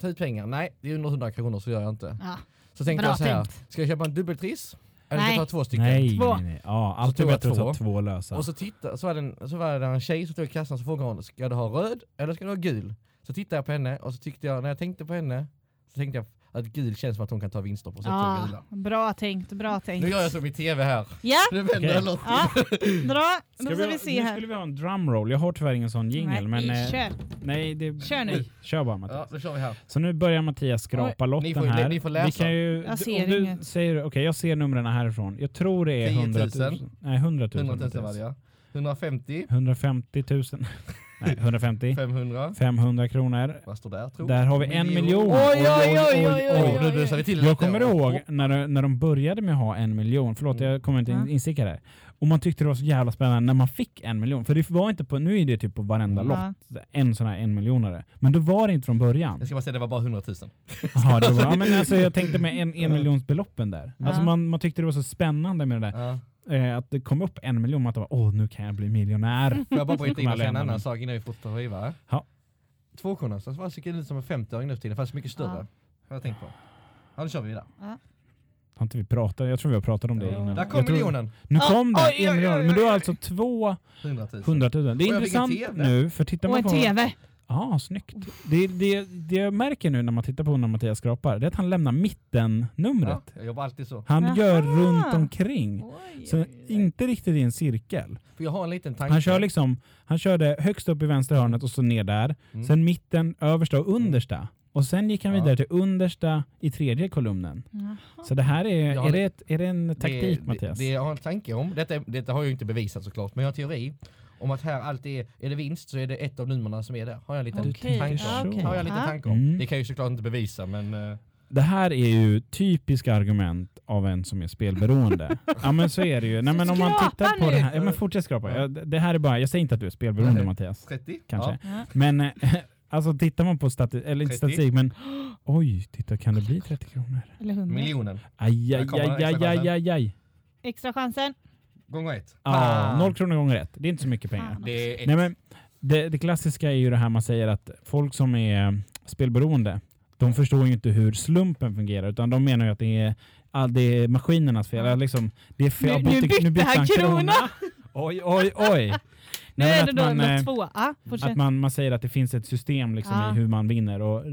ta ut pengar. Nej, det är under 100 kronor så gör jag inte.
Ja.
Så tänkte
Bra
jag så här,
tänkt.
ska jag köpa en dubbeltriss? Eller ska
Nej.
jag ta två stycken?
Nej,
Två.
nej, nej. Ja, alltid
tog jag
bättre att ta
två.
två lösa.
Och så titta, så var, det en, så var det en tjej som stod i kassan så frågade hon, ska du ha röd eller ska du ha gul? Så tittade jag på henne och så tyckte jag, när jag tänkte på henne, så tänkte jag att gul känns som att hon kan ta vinster på så ah.
Ja,
gula.
bra tänkt, bra
Nu
tänkt.
gör jag som i tv här. *laughs*
Ja,
*laughs*
Nu vänder
Okej.
jag lotten.
ja. bra. Då
Ska
ska vi se
nu
här.
skulle vi ha en drumroll. Jag har tyvärr ingen sån jingel. Men, eh,
kör.
nej, det,
Kör nu.
Kör bara
Ja,
Mattias.
då kör vi här.
Så nu börjar Mattias skrapa lotten
ni får-
här.
ni får läsa.
Vi kan ju,
Jag ser
om du
inget.
Säger, okej, jag ser numren härifrån. Jag tror det är
10 000.
100 000. Nej, 100 000.
100 000
Mattias.
var det ja. 150,
150 000. *laughs* Nej, 150.
500.
500 kronor.
Vad står där tror
Där har vi en miljon.
Oj, oj, oj, oj,
oj,
oj.
oj.
Nu rusar vi till
Jag
lite.
kommer ihåg när, de- när de började med att ha en miljon, förlåt
Mm.
jag kommer inte in-
Ja.
insticka där. Och man tyckte det var så jävla spännande när man fick en miljon. För det var inte på, nu är det typ på varenda
Ja.
lott, en sån här en miljonare. Men då var det inte från
*laughs*
början.
Jag ska bara säga det var bara 100 000.
Aha,
Mm.
det var, ja, men alltså, jag tänkte med en, en miljonsbeloppen där. Alltså
Ja.
man, man tyckte det var så spännande med det där.
Ja.
eh, att det kom upp en miljon och att de bara, åh, nu kan jag bli miljonär.
Får jag bara bryta in och säga en
Lämna
annan
den.
sak innan vi fortsätter skiva?
Ja.
Tvåkornarsdansens var ser ut som en 50-öring nu för tiden, fast mycket större.
Ja.
Har jag tänkt på. Ja, nu kör vi vidare.
Har inte vi pratat? Jag tror vi har pratat om det
Ja.
innan.
Där kom
Mm. jag tror,
miljonen!
Nu
Ah,
kom den,
oj, oj,
en miljon.
oj, oj,
Men du har
oj.
alltså två
100 000.
hundratusen. Det är
Och jag fick en
intressant
TV.
nu, för tittar
Och
man
en
på...
TV.
Ja, snyggt. Det, det, det jag märker nu när man tittar på honom Mattias skrapar, det är att han lämnar
Ja,
mitten-numret.
jag jobbar alltid så.
Han
Aha.
gör runt omkring.
Oj,
Så inte riktigt i en cirkel.
För jag har en liten tanke.
Han kör liksom, han körde högst upp i vänster hörnet och så ner där.
Mm.
Sen mitten, översta och understa. Och sen gick han
Ja.
vidare till understa i tredje kolumnen.
Jaha.
Så det här är,
Ja,
är,
det-
det, ett, är det en
Det-
taktik
det,
Mattias?
Det jag har en tanke om, detta, är- detta har jag ju inte bevisat såklart, men jag har en teori om att här alltid är, är det vinst så är det ett av numren som är där. Har jag en liten
Okej,
tanke
ja,
om.
okej.
Har jag en liten
Ja.
tanke om.
Mm.
Det kan jag ju såklart inte bevisa men... eh,
Det här är ju typiska argument av en som är spelberoende. ja men så är det ju. Nej, men om man
Skrapa
tittar på
nu!
det här. Ja, men fortsätt skrapa. Ja, det det här är bara, jag säger inte att du är spelberoende
Nej.
Mattias.
30?
Kanske.
Ja.
Men eh, *laughs* alltså tittar man på statistik, eller inte
30.
statistik men oj, titta kan det bli 30 kronor?
Eller
Ja,
100.
miljonen.
Aj, aj,
Där kommer den
aj,
extra
aj, aj,
chansen.
aj, aj.
Extra chansen.
Gånger ett.
Ja,
Fan.
Ah, noll kronor gånger ett. Det är inte så mycket pengar.
Fan.
Det är ett.
Nej, men det, det klassiska är ju det här man säger att folk som är spelberoende, de förstår ju inte hur slumpen fungerar, utan de menar ju att det är, all, det är maskinernas fel. Eller Liksom, det är fel.
Nu-
Jag
nu bytte han krona.
Oj, oj,
*laughs*
oj!
Nu
Nej, men
är det då
att man, eh,
nummer två. Ja,
att
fortsätt.
man, man säger att det finns ett system liksom,
Ja.
i hur man vinner. Och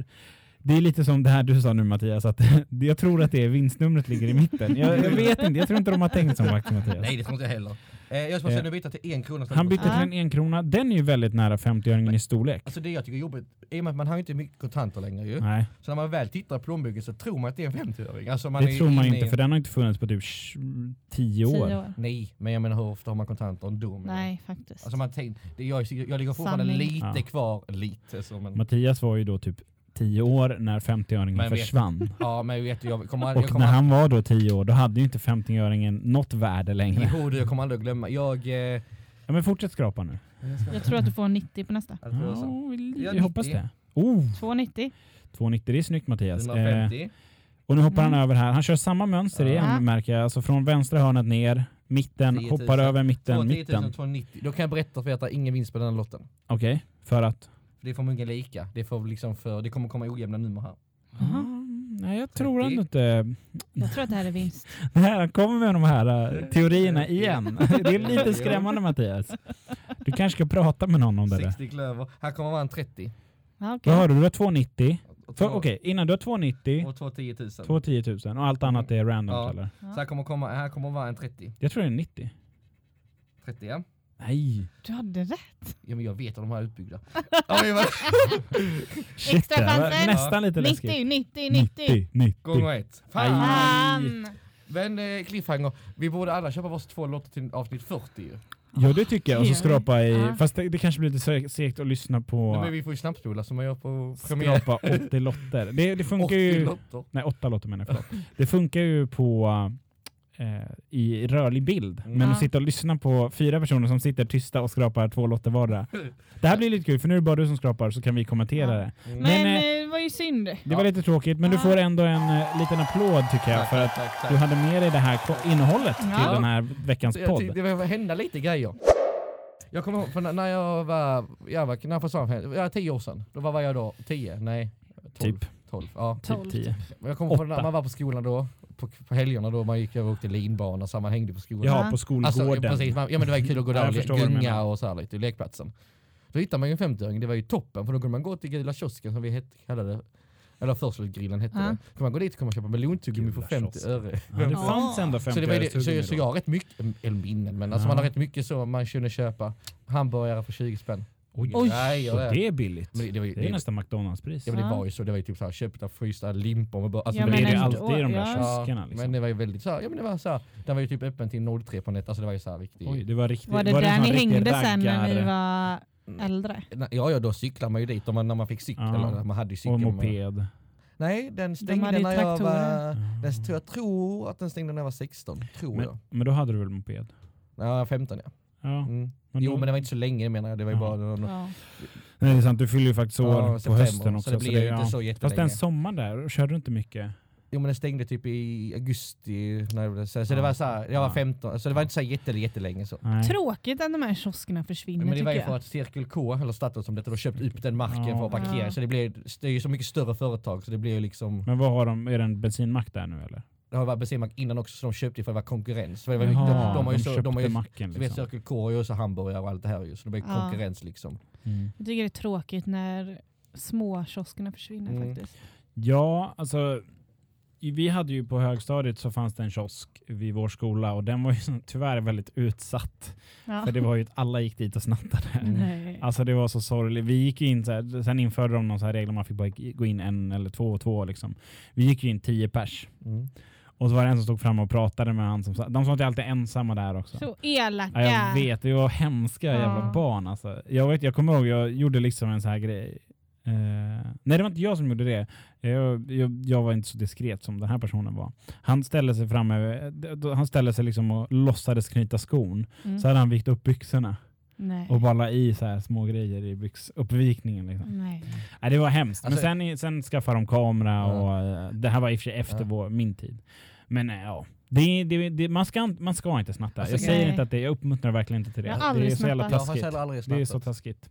det är lite som det här du sa nu Mattias, att *laughs* jag tror att det är vinstnumret ligger i mitten. Jag,
*laughs*
jag vet inte, jag tror inte de har tänkt som faktiskt Mattias.
Nej det tror inte jag heller. Eh, jag ska bara säga, nu byter jag till en krona.
Han bytte
Ja.
till en enkrona, den är ju väldigt nära 50-öringen i storlek.
Alltså det jag tycker är jobbigt, i och med att man har ju inte mycket kontanter längre ju.
Nej.
Så när man väl tittar i plånboken så tror man att det är en 50-öring. Alltså man är
det tror man
inne i
inte,
en-
för den har inte funnits på typ sh- tio år.
Tio år.
Nej, men jag menar hur ofta har man kontanter ändå? menar jag.
Nej, faktiskt.
Alltså man tänk, det, jag, jag ligger fortfarande
Sanning.
lite
Ja.
kvar, lite så men...
Mattias var ju då typ tio år när 50-öringen
Men vet-
försvann.
Ja men jag vet, jag kommer, aldrig- jag
Och
kommer,
när
aldrig-
han var då tio år, då hade ju inte 50-öringen något värde längre.
Jo, du, jag kommer aldrig att glömma. Jag... Eh,
Ja, men fortsätt skrapa nu.
Jag tror att du får en 90 på nästa.
jag tror jag sa.
Ja, vi
Ja,
vi hoppas
90.
det. Oh,
290.
290, det är snyggt Mattias. Eh,
150.
och nu hoppar
Mm.
han över här. Han kör samma mönster
Ja.
igen märker jag. Alltså från vänstra hörnet ner, mitten,
10 000.
hoppar över mitten,
210
mitten.
000, 290. Då kan jag berätta för er att det är ingen vinst på den här lotten.
Okej, för att?
För Det är för många lika. Det, är för liksom för, det kommer komma ojämna nummer här.
Jaha.
Mm, Nej, jag tror
30.
ändå inte... *laughs*
Jag tror att det här är vinst.
Det här kommer med de här eh, teorierna
*laughs*
igen. Det är lite skrämmande Mattias. Du kanske ska prata med någon om det. där.
60 klöver. Här kommer man 30.
Ja,
Vad
okej.
har du? Du har 290.
Och
För-
två-
Okej, innan du har 290,
Och 210 000. Så
210 000 och allt annat är randomt
Ja.
eller?
här kommer, komma, här kommer vara en 30.
Jag tror det är 90.
30 ja.
Nej.
Du hade rätt.
ja men jag vet att de här är utbyggda.
*laughs*
Ja, men jag-
Shit,
Extra
det var
chansen.
nästan lite
90,
läskigt.
90, 90.
90.
Gånger ett.
Aj.
Fan!
Fan!
Men eh, cliffhanger, vi borde alla köpa varsin två lotter till avsnitt 40 ju.
Ja det tycker jag. Och så skrapa i...
Ja.
Fast det, det kanske blir lite se- segt att lyssna
Nej,
på
men vi får ju snabbspola som man gör på premiär.
skrapa 80 lotter. Det, det funkar
80
ju...
lotter.
Nej, åtta låtar menar jag. Förlåt. Det funkar ju på eh, i rörlig bild. Men
Ja.
att sitta och lyssna på fyra personer som sitter tysta och skrapar två låtar vardera. Det här blir lite kul, för nu är det bara du som skrapar så kan vi kommentera
Ja.
det.
Mm.
Men
Men, eh,
eh, det var ju synd.
Det var
Ja.
lite tråkigt, men
Ja.
du får ändå en eh, liten applåd tycker jag
Tack,
för att
tack, tack.
du hade med dig det här ko- innehållet
Ja.
till den här veckans
Jag tyckte
podd.
Det behöver hända lite grejer. Jag kommer ihåg, för när- när jag var, jag var när jag försvann, jag var tio år sedan. Då var var jag då tio? Nej, tolv.
Typ.
Tolv, ja.
Tolv.
Typ 10.
Men Jag kommer ihåg när
Åtta.
man var på skolan då, på, på helgerna då, man gick över och åkte linbana så man hängde på skolan.
Ja,
Ja.
på
Alltså,
skolgården.
precis, man, ja men det var ju kul att gå
Ja,
där
jag
och
förstår vad du
le- gunga
menar.
och så här lite, i lekplatsen. Då hittade man ju en 50-öring, det var ju toppen för då kunde man gå till Gula kiosken som vi het, kallade det. Eller förslagrillen hette
Ja.
det. Då kunde man gå dit och kunde man köpa melontuggummi för
Gula
50 öre.
ja, det fanns ändå
Så, det var
50
ju
öres
det, så, så
tuggummi
jag
då.
har rätt mycket, eller minnen, men alltså
Ja.
man har rätt mycket så man kunde köpa hamburgare för 20 spänn.
Oj,
Nej, jag
så
vet.
det är billigt.
Men det, det, var ju-
Det är
det,
nästan McDonalds-pris.
ja, men det
Ja.
var ju så, det var ju typ såhär köpta frysta limpor med bör- alltså,
Ja,
Men
var
det
ju
är det
ändå,
alltid i de där
ja.
kioskerna. Liksom.
men det var ju väldigt såhär, ja men det var såhär, den var ju typ öppen till 03 på nätet, alltså det var ju såhär riktigt.
Oj, det var riktigt.
Var det
en
där
sån
ni
riktig
hängde sen när
raggar-
ni var äldre?
Nej, Ja, ja, då cyklade man ju dit om man, när man fick cykel,
Ja.
eller när man hade cykel.
Och
men-
moped.
Nej, den stängde
hade ju
när jag var...
traktorer.
Den, tror- jag tror att den stängde när jag var 16, tror
Mm. Men,
jag.
men då hade du väl moped?
Ja, 15 ja.
Ja.
Mm.
Men
jo,
då,
men det var inte så länge menar jag, det var ju
Ja.
bara...
Ja.
Nej, det är sant, du fyller ju faktiskt år
Ja,
på
september,
hösten också.
Så det blir ju
ja.
inte så
Fast
jättelänge.
den sommaren där, körde du inte mycket?
Jo men den stängde typ i augusti, när det var, så, så det
Ja.
var så här, jag var
Ja.
15, så det var inte så här jätte, jättelänge så.
Nej.
Tråkigt att de här kioskerna försvinner
Men det var
tycker
ju för
jag.
att Cirkel K, eller Statoil som det heter, då köpt upp den marken
Ja.
för att parkera.
Ja.
Så det, blir, det är ju så mycket större företag så det blir ju liksom,
Men vad har de, är det en bensinmack där nu eller?
det har varit bensinmack innan också så de köpte ju för att det var konkurrens. För det var, ju-
Jaha,
de, de har ju så,
köpte
de har ju,
macken
så vet
liksom.
Cirkel K har ju också hamburgare och allt det här ju, så det blir
Ja.
konkurrens liksom.
Mm.
Jag tycker det är tråkigt när små kioskerna försvinner
Mm.
faktiskt.
Ja, alltså i- vi hade ju på högstadiet så fanns det en kiosk vid vår skola och den var ju så- tyvärr väldigt utsatt.
Ja.
För det var ju att alla gick dit och snattade.
*laughs* Nej.
*laughs* Alltså det var så sorgligt. Vi gick ju in så här, sen införde de någon så här regel man fick bara gå in en eller två och två liksom. Vi gick ju in tio pers.
Mm.
Och så var det en som stod fram och pratade med han som sa- De som alltid alltid ensamma där också.
Så elaka.
Ja, jag vet, vi var hemska
Ja.
jävla barn alltså. Jag, vet, jag kommer ihåg, jag gjorde liksom en sån här grej. Eh, nej, det var inte jag som gjorde det. Jag, jag, jag var inte så diskret som den här personen var. Han ställde sig framme, d- d- han ställde sig liksom och låtsades knyta skon.
Mm.
Så hade han vikt upp byxorna
Nej.
och bara la i så här små grejer i byxuppvikningen. Liksom.
Nej.
Nej, det var hemskt.
Alltså-
Men sen, sen skaffade de kamera
Ja.
och eh, det här var i och för sig efter
Ja.
vår, min tid. Men eh, ja, det, det, det, man, ska, inte- man ska inte snatta.
Alltså,
jag säger
nej.
inte att det, jag uppmuntrar verkligen inte till det.
Jag har
det är
aldrig
så jävla
Jag
snattat.
har faktiskt
taskigt.
heller aldrig
Det är så
snattat.
taskigt.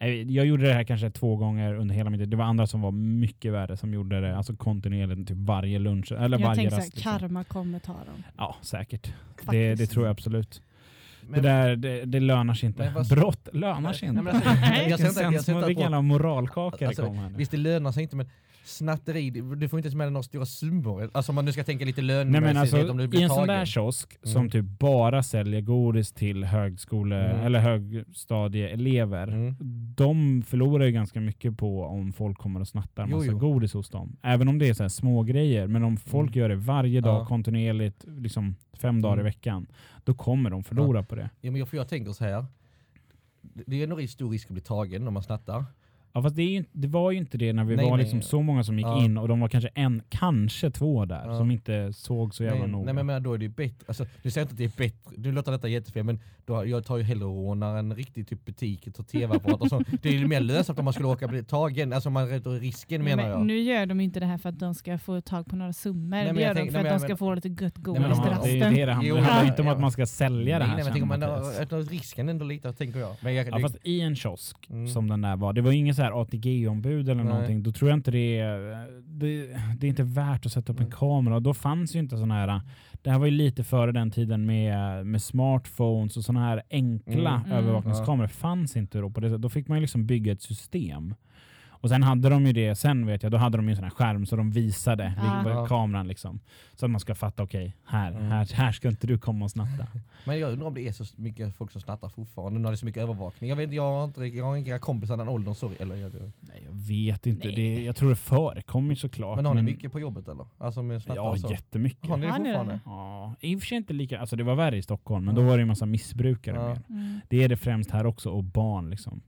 Nej, Jag gjorde det här kanske två gånger under hela mitt liv. Det var andra som var mycket värre som gjorde det alltså kontinuerligt, typ varje lunch eller
Jag
varje
tänker såhär,
rast. Liksom.
karma kommer ta dem.
Ja, säkert. Det,
Faktiskt.
det tror jag absolut.
Men-
det, där, det, det lönar sig inte.
Men vad-
Brott lönar sig
Nej,
inte.
men alltså,
*laughs*
jag- jag ser inte- jag
Vilken
ser inte
sens-
att
Vilken
brott-
jävla moralkaka det
Alltså,
kom här nu.
Visst det lönar sig inte men snatteri, du du får inte ens med dig några stora summor. Alltså om man nu ska tänka lite lön
Nej men alltså,
om du blir
i en sån där
tagen.
kiosk
Mm.
som typ bara säljer godis till högskole
Mm.
eller högstadieelever,
Mm.
de förlorar ju ganska mycket på om folk kommer och snattar
Jo,
massa
jo.
godis hos dem. Även om det är så här små grejer, men om folk
Mm.
gör det varje dag
Ja.
kontinuerligt, liksom fem
Mm.
dagar i veckan, då kommer de förlora på det.
Ja, men jag, för jag tänker så här. Det det är nog risk- stor risk att bli tagen om man snattar.
Ja, fast det, är ju, inte- det var ju inte det när vi
Nej,
var
nej.
liksom så många som gick
Ja.
in och de var kanske en, kanske två där
Ja.
som inte såg så jävla
nej,
noga.
nej men, men då är det ju bättre. Alltså, nu säger jag inte att det är bättre, nu låter detta jättefel men då, jag tar ju hellre och rånar en riktig typ butik och tar tv-apparat och så. Det är ju mer lönsamt om man skulle åka bli tagen. Alltså man räddar risken menar jag.
Men nu gör de inte det här för att de ska få tag på några summor.
men
det
jag
gör de för
tänker- nej, men
att
jag
de ska få
menar-
lite gött
Nej,
godis
men
om
till
man-
man, det är
rasten.
ju det det handlar
Jo,
om. Det handlar
ja,
inte om
ja.
att man ska sälja det
nej,
här
nej, men
sen,
tänk om man
Mattias.
har- räknar risken ändå lite, då tänker jag. Men jag,
Ja,
det,
fast i en kiosk
Mm.
som den där var, det var ju ingen så här ATG-ombud eller
Nej.
någonting, då tror jag inte det är, det, det är inte värt att sätta upp en
Nej.
kamera. Och då fanns ju inte sådana här, det här var ju lite före den tiden med, med smartphones och sådana här enkla
Mm. Mm.
övervakningskameror fanns inte då. På det, sättet. då fick man ju liksom bygga ett system. Och sen hade de ju det, sen vet jag, då hade de ju en sån här skärm så de visade
Ja.
vid-
Ja.
kameran liksom. Så att man ska fatta, okej, här,
Mm.
här, här ska inte du komma och
*laughs*
snatta.
men jag undrar om det är så mycket folk som snattar fortfarande när det är så mycket övervakning. Jag vet inte, jag har inte, jag har inga kompisar i den åldern, sorry. Eller, jag,
Nej, jag vet inte.
Nej.
Det, jag tror det förekommer såklart.
men har ni mycket på jobbet eller? Alltså med snattar
Ja,
och så?
jättemycket.
Har ni det
Har ni det?
fortfarande?
Ja, i och för sig inte lika. Alltså det var värre i Stockholm, men
Ja.
då var det ju massa missbrukare
Ja.
mer.
Mm.
Det är det främst här också, och barn liksom.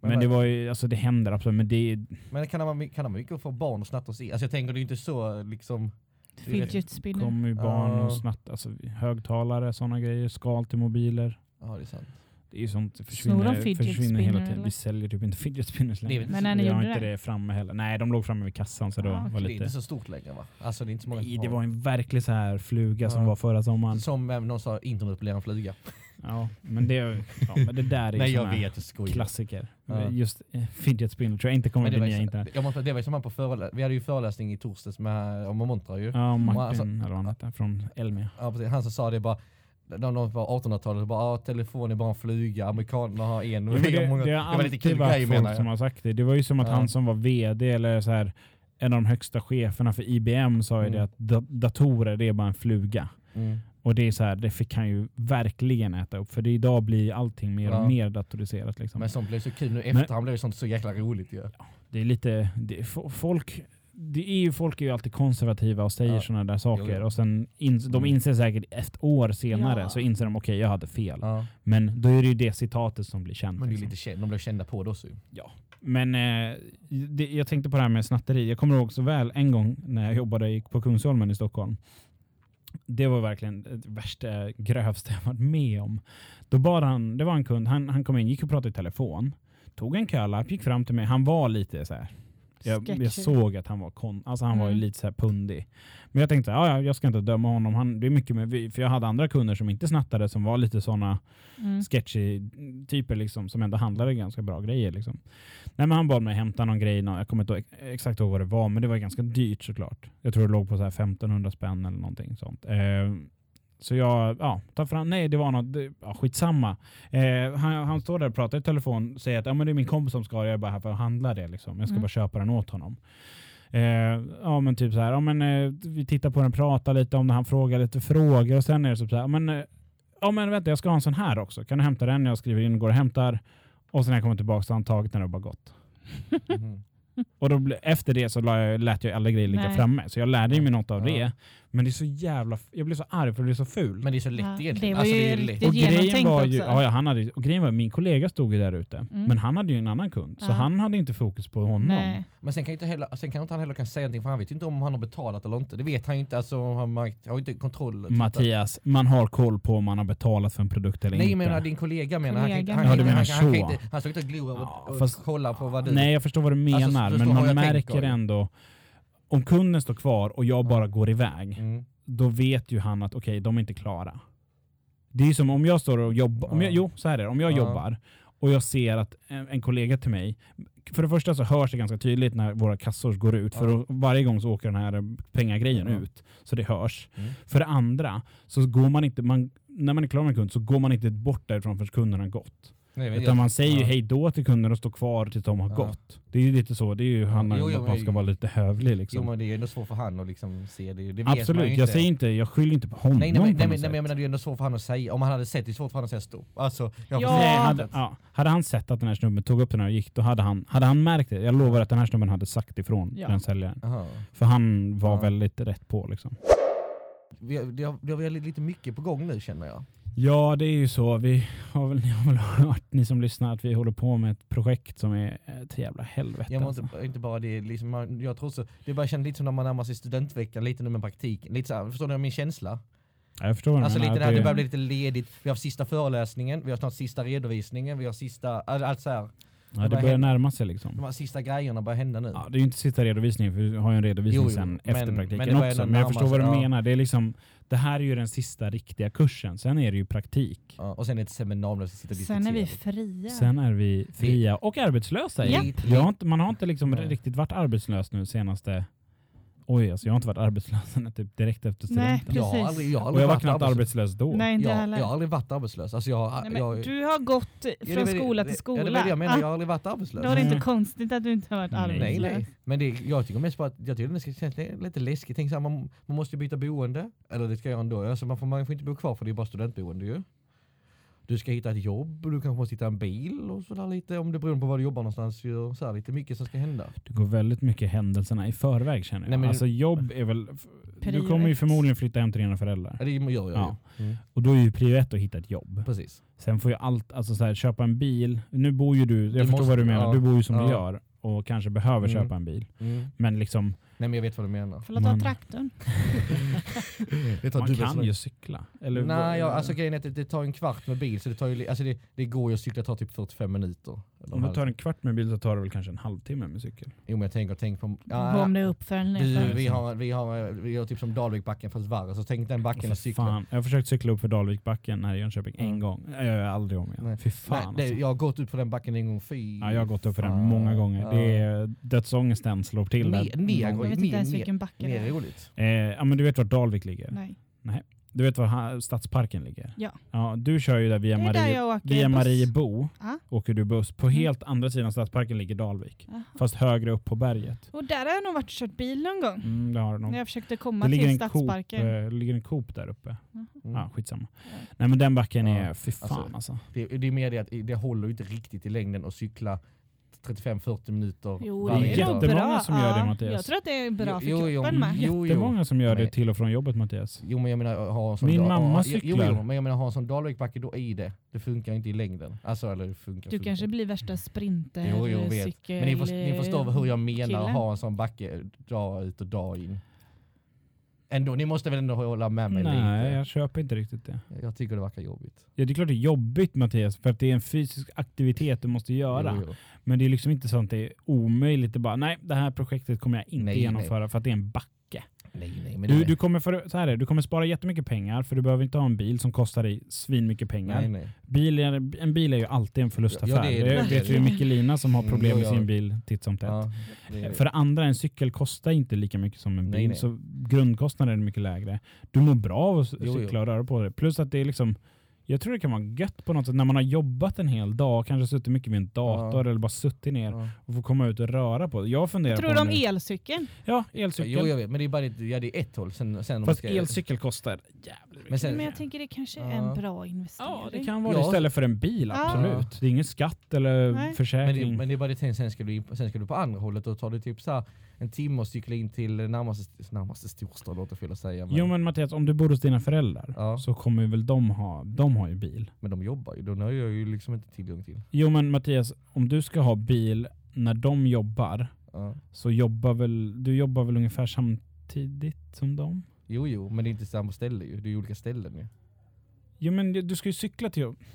Men,
vad-
det var ju, alltså det händer absolut, men det är
Men kan man, kan man mycket få barn att snatta och se? Alltså jag tänker det är ju inte så liksom...
Fidget spinner.
kommer ju barn
Ja.
och snatt, alltså högtalare, sådana grejer, skal till mobiler.
Ja det är sant.
Det är ju sånt som
Snor de
försvinner,
fidget
försvinner hela
spinner,
tiden.
eller?
Vi säljer typ inte fidget spinners
Det är
längre.
väl-
Men när ni
Vi har
gjorde
inte
det?
det framme heller. Nej, de låg framme vid kassan så
Ja,
då var
Det är inte
lite...
så stort längre va? Alltså det är inte så många
Nej,
som
Det
har-
var en verklig så här fluga som
Ja.
var förra sommaren.
Som eh, någon sa, internet blir en fluga.
Ja, men det, ja, men det där är ju
Nej
sån
jag
här-
vet, jag skojar.
klassiker.
Ja.
Just eh, fidget spinner tror jag inte kommer
Men
bli
det, var
nya
ju, så-
internet.
jag måste, det var ju som han på föreläsning, vi hade ju föreläsning i torsdags med, eh, om Montra ju.
Ja, Martin
alltså-
eller vad han heter, från Elmia.
Ja, precis. Han som sa det bara, när de var 1800-talet, bara ah, telefon är bara en fluga, amerikanerna har en.
Jo, men det, det har
var lite kul
alltid
grej
varit
menar
folk
jag.
som har sagt det. Det var ju som att
Ja.
han som var vd eller så här, en av de högsta cheferna för IBM sa ju
Mm.
det att da- datorer det är bara en fluga.
Mm.
Och det är så här, det fick han ju verkligen äta upp. För det idag blir allting mer
Ja.
och mer datoriserat. Liksom.
Men sånt blev så kul nu efterhand blev sånt så jäkla roligt ju.
det är lite, det, f- folk, det är ju, folk är ju alltid konservativa och säger
Ja.
sådana där saker.
Jo, jo.
Och sen ins, de
Mm.
inser säkert ett år senare
Ja.
så inser de okej, jag hade fel.
Ja.
Men då är det ju det citatet som blir känt.
Men det är
liksom.
lite känd, de blev kända på det också ju.
Men eh, det, jag tänkte på det här med snatteri. Jag kommer ihåg så väl en gång när jag jobbade i- på Kungsholmen i Stockholm. Det var verkligen det värsta, grövsta jag varit med om. Då bad han, det var en kund, han, han kom in, gick och pratade i telefon, tog en kölapp, gick fram till mig. Han var lite så här Jag, jag
Sketchy.
såg att han var kon, alltså han var ju
Mm.
lite så här pundig. Men jag tänkte, ja, ja, jag ska inte döma honom. Han, det är mycket med vi, för jag hade andra kunder som inte snattade som var lite sådana
Mm.
sketchy typer liksom, som ändå handlade ganska bra grejer. Liksom. Nej, men han bad mig hämta någon grej, nå- jag kommer inte ihåg exakt ihåg vad det var, men det var ganska dyrt såklart. Jag tror det låg på så här 1500 spänn eller någonting sånt. Eh, så jag, ja, ta fram, nej det var något, det, ja, skitsamma. Eh, han, han står där och pratar i telefon och säger att ja, men det är min kompis som ska ha det, jag är bara här för att handla det. Liksom. Jag ska
Mm.
bara köpa den åt honom. Eh, ja men typ så här, ja, men, eh, vi tittar på den, pratar lite om det, han frågar lite frågor och sen är det typ så här, ja, men, eh, ja men vänta jag ska ha en sån här också, kan du hämta den? Jag skriver in, går och hämtar och sen när jag kommer tillbaka så har han tagit den och bara gått. Mm.
Mhm.
Och då, ble- efter det så la jag, lät jag alla grejer ligga
Nej.
framme. Så jag lärde ju mig något av
Ja.
det. Men det är så jävla... f- Jag blev så arg för det blev så fult.
Men det är så lätt
Ja,
egentligen.
det var
alltså,
ju
det är
riktigt-
lätt.
Och grejen
genomtänkt
var ju...
också.
Ja, ja, han hade, och grejen var min kollega stod ju där ute.
Mm.
Men han hade ju en annan kund. Så
Ja.
han hade inte fokus på honom.
Nej.
Men sen kan, inte heller, sen kan inte han heller kan säga någonting för han vet ju inte om han har betalat eller inte. Det vet han ju inte, alltså han märkt- har ju inte kontroll. typ.
Mattias, man har koll på om man har betalat för en produkt eller
Nej
inte.
jag menar din kollega menar han. kan inte-
Kollega
Han,
menar
kan
jag.
inte-
Ja,
du menar
han, kan- han, kan
så.
inte- han ska inte glo och,
Ja,
och
fast-
kolla på vad du...
Nej, jag förstår vad du menar.
Alltså, förstår
men
vad
man
jag
märker
tänker.
ändå... Om kunden står kvar och jag bara går iväg,
Mm.
då vet ju han att okej, de är inte klara. Det är ju som om jag står och jobbar, om jag,
Ja.
jo så här är det, om jag
Ja.
jobbar och jag ser att en, en kollega till mig, för det första så hörs det ganska tydligt när våra kassor går ut, för
Ja.
då- varje gång så åker den här pengagrejen
Ja.
ut, så det hörs.
Mm.
För det andra, så går man inte, man, när man är klar med en kund så går man inte bort därifrån förrän kunden har gått.
Nej, men
Utan man säger ju
Ja.
hej då till kunden och står kvar tills de har
Ja.
gått. Det är ju lite så, det är ju handlar
Jo,
om
jo,
att man
men-
ska vara lite hövlig liksom.
Jo men det är ju ändå svårt för han att liksom se det. det vet man ju
Absolut,
inte.
jag säger inte, jag skyller inte på honom
Nej, nej, men-
på
nej,
något
men- nej men
sätt.
jag menar det är ändå svårt för han att säga. Om han hade sett det är svårt för han att säga stopp. Alltså, jag
Ja.
förstår.
Nej, hade, ja, hade han sett att den här snubben tog upp den här och gick, då hade han, hade han märkt det. Jag lovar att den här snubben hade sagt ifrån
Ja.
den säljaren.
Aha.
För han var
Ja.
väldigt rätt på liksom.
Vi, har- det har, det har vi lite mycket på gång nu känner jag.
Ja, det är ju så. Vi har väl, *laughs* ni har väl hört, ni som lyssnar, att vi håller på med ett projekt som är ett jävla helvete.
Jag mår
alltså.
inte, inte bara det, liksom, man- jag tror så, det börjar känna lite som när man närmar sig studentveckan, lite nu med praktiken. Lite så här, förstår ni min känsla?
ja, jag förstår vad du
Alltså
menar,
lite
att
det här,
Mm, det-
det börjar bli lite ledigt. Vi har sista föreläsningen, vi har snart sista redovisningen, vi har sista, all- allt så här.
ja, det
börjar
börjar
hända.
närma sig
De
liksom.
här sista grejerna börjar hända nu.
Ja, det är ju inte sista redovisningen, för vi har ju en redovisning
Jo, jo,
sen
men-
efter
men
praktiken
det var ju
också.
den
Men jag förstår vad du
närmaste, ja.
menar. Det, är liksom, det här är ju den sista riktiga kursen. Sen är det ju praktik.
Ja, och sen ett seminarium där vi sitter och diskuterar.
Sen är vi fria.
Sen är vi fria och arbetslösa.
Ja.
Japp. Jag har inte, man har inte liksom
Nej.
riktigt varit arbetslös nu senaste... Oj, alltså jag har inte varit arbetslös sen typ direkt efter
Nej,
studenten.
precis.
jag har aldrig, jag har
och
aldrig
jag var
varit
knappt arbetslös då.
Nej, inte
Jag,
heller.
jag har aldrig varit arbetslös. Alltså jag, har-
Nej,
jag,
men du har gått
Ja,
från
det är väl-
skola till
det-
skola. Ah.
Ja, det var det jag menar, jag har aldrig varit arbetslös.
Då är det
Mm.
inte konstigt att du inte har varit
Nej.
Nej,
arbetslös.
nej. Men det, jag tycker mest bara att jag tycker det ska- känns lite läskigt. Tänk så här, man, man måste ju byta boende. Eller det ska jag göra ändå. Alltså man, får, man får inte bo kvar för det är bara studentboende ju. Du ska hitta ett jobb, och du kanske måste hitta en bil och sådär lite. Om det beror på var du jobbar någonstans. ju, Så här, lite mycket som ska hända.
Det går väldigt mycket händelserna i förväg känner jag.
Nej, men-
alltså jobb är väl... Du
Prio
kommer ju
ett.
förmodligen flytta hem till dina
Ja,
föräldrar.
det gör jag
Ja.
ju. Mm.
Och då är ju prio ett att hitta ett jobb.
Precis.
Sen får ju allt, alltså så här, köpa en bil. Nu bor ju du, jag
Du
förstår
måste-
vad du menar,
ja,
du bor ju som du
ja.
gör och kanske behöver
Mm.
köpa en bil. Men liksom,
Nej men jag vet vad du menar. *laughs*
Får låta
Man-
traktorn.
Det tar
man
dubbelt så
kan
lång-
ju cykla. Eller,
Nej, jag, alltså grejen är att det, det tar en kvart med bil så det tar ju, li- alltså det, det går ju att cykla, det tar typ 45 minuter.
om du tar en kvart med bil så tar det väl kanske en halvtimme med cykel.
Jo men jag tänker, tänk på... Ah,
På om det är uppför eller
Du,
nedför.
vi har, vi har, vi gör typ som Dalvikbacken fast värre, så tänk den backen och
Fy
cykla.
fan. Jag har försökt cykla upp för Dalvikbacken här i Jönköping en
Mm.
gång. Jag gör aldrig om igen.
Nej.
Fy fan
Nej, det,
alltså.
jag har gått ut på den backen en gång, fy
ja, Jag har gått upp för den
fan.
många gånger.
Ja.
Det är dödsångesten slår till.
Ner-
där.
ner
Jag
går-
vet inte ens vilken backe det
Mer
är.
roligt.
Eh, ja, men du vet var Dalvik ligger?
Nej.
Du vet var ha- Stadsparken ligger?
Ja.
ja. Du kör ju där
Det
via
är där
Marie,
jag åker.
via
buss.
Mariebo.
Ja.
Åker du buss. På
Mm.
helt andra sidan Stadsparken ligger Dalvik.
Jaha.
Fast högre upp på berget.
Och där har jag nog varit och kört bil någon gång.
Mm, det har du nog.
När jag försökte
Det
komma
ligger
till
en, Coop,
Stadsparken.
eh, ligger en Coop där uppe.
Mm.
Ja, skitsamma. Nej men den backen
Ja.
är, fy fan alltså.
Alltså, Det, det är mer det att det håller ju inte riktigt i längden att cykla 35-40 minuter
Jo,
Varje
det är
dag.
nog
Jättemånga
bra.
som gör det,
Ja,
Mattias.
Jag tror att det är bra för
Jo, jo,
kroppen med.
Jo, jo.
Jättemånga som gör det
Nej.
till och från jobbet Mattias.
Jo men jag menar ha en sån
Min
dal-
mamma
ha,
cyklar.
Jo, jo, men jag menar ha en sån Dalvikbacke då i det. Det funkar ju inte i längden. Alltså eller det funkar.
Du
funkar.
kanske blir värsta sprinter,
Jo, jo, vet.
cykel...
Men ni, först, ni förstår hur jag menar
killen.
att ha en sån backe dag ut och dag in. Ändå, ni måste väl ändå hålla med mig
Nej,
lite?
jag köper inte riktigt det.
Jag... tycker det verkar jobbigt.
Ja, det är klart det är jobbigt Mattias, för att det är en fysisk aktivitet du måste göra.
Jo, jo.
Men det är liksom inte så att det är omöjligt. Det är bara, nej, det här projektet kommer jag inte
Nej,
genomföra för att det är en backe.
Nej, nej, men
Du,
det-
du, kommer för, så här är, det, du kommer spara jättemycket pengar för du behöver inte ha en bil som kostar dig svinmycket pengar.
nej, nej.
Bil är, en bil är ju alltid en förlustaffär.
Ja, det är det.
Jag vet ju Mikkelina som har
Mm,
problem
jo,
med
ja.
sin bil titt som tätt.
Ja, det-
För det andra, en cykel kostar inte lika mycket som en bil,
Nej, nej.
så grundkostnaden är mycket lägre. Du mår bra av att
Jo, jo.
cykla och röra på dig. Plus att det är liksom, jag tror det kan vara gött på något sätt när man har jobbat en hel dag, kanske suttit mycket vid en dator eller bara suttit ner
ja.
och får komma ut och röra på dig. Jag funderar
Tror du
på
om
nu-
elcykeln?
Ja, elcykel.
Jo, jag vet, men det är bara det- ja, det är ett håll. Sen, sen om
Fast
ska-
elcykel kostar jävligt mycket.
Men sen,
Men jag tänker det kanske är
Ja.
en bra investering.
Ja, det kan vara det
Ja.
istället för en bil,
Ja.
absolut. Det är ingen skatt eller
Nej.
försäkring.
men, det, men det är bara det sen, sen, ska du, in- sen ska du på andra hållet och tar det typ så här en timme och cykla in till närmaste, närmaste storstad låter fel att säga. Men,
Jo men Mattias, om du bor hos dina föräldrar
Ja.
så kommer väl de ha, de har ju bil.
men de jobbar ju, de har jag ju liksom inte tillgång till.
Jo men Mattias, om du ska ha bil när de jobbar
Ja.
så jobbar väl, du jobbar väl ungefär samtidigt som dem?
Jo, jo, men det är inte samma ställe ju. Det är ju olika ställen ju.
Jo men du- du ska ju cykla till jobbet.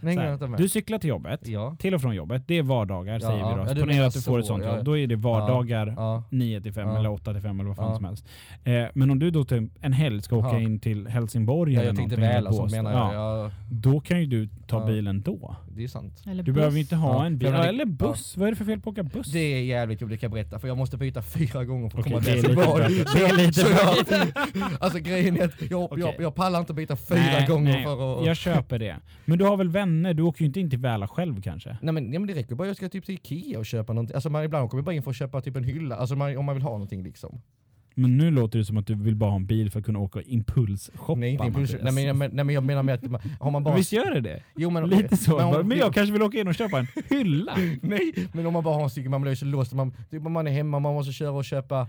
Nej,
Så här,
vänta med.
Du cyklar till jobbet,
Ja.
till och från jobbet, det är vardagar
Ja,
säger
ja,
vi då.
ja, du
Ponera
menar
att du får ett
så,
sånt
ja,
jobb, då är det vardagar
Ja.
9 till 5
Ja.
eller 8 till 5 eller vad fan
Ja.
som helst. Eh, men om du då till en helg ska åka
Ja.
in till Helsingborg
ja,
eller
jag tänkte
någonting, eller
väl alltså,
Båstad,
menar jag. Ja,
Då kan ju du ta
Ja.
bilen då.
det är sant.
Eller
Du
buss.
behöver inte ha
Ja.
en bil.
Jag menar,
eller buss. Vad är det för fel på att åka buss?
Det är jävligt jobbigt, kan jag berätta. För jag måste byta fyra gånger för att
Okej,
komma till
det är lite
Helsingborg.
bra. *laughs* Det är lite
Så jag, alltså grejen är att jag,
Okej.
jag, jag pallar inte byta fyra
Nej,
gånger
nej,
för att...
Jag köper det. Men du har väl vänner? Du åker ju inte in till Väla själv kanske?
Nej men, ja, men det räcker bara jag ska typ till Ikea och köpa någonting. Alltså man, ibland kommer jag bara in för att köpa typ en hylla, alltså man, om man vill ha någonting liksom.
Men nu låter det som att du vill bara ha en bil för att kunna åka och impulsshoppa.
nej, inte impuls,
Mattias.
nej, men, jag men- nej men jag menar med att man, har man bara...
Visst gör det det?
jo, men,
Lite så.
Men,
Bara,
om,
Men, jag kanske vill åka in och köpa en hylla.
*laughs* Nej, men om man bara har en cykel, man blir ju så låst. Man, typ, om man är hemma, man måste köra och köpa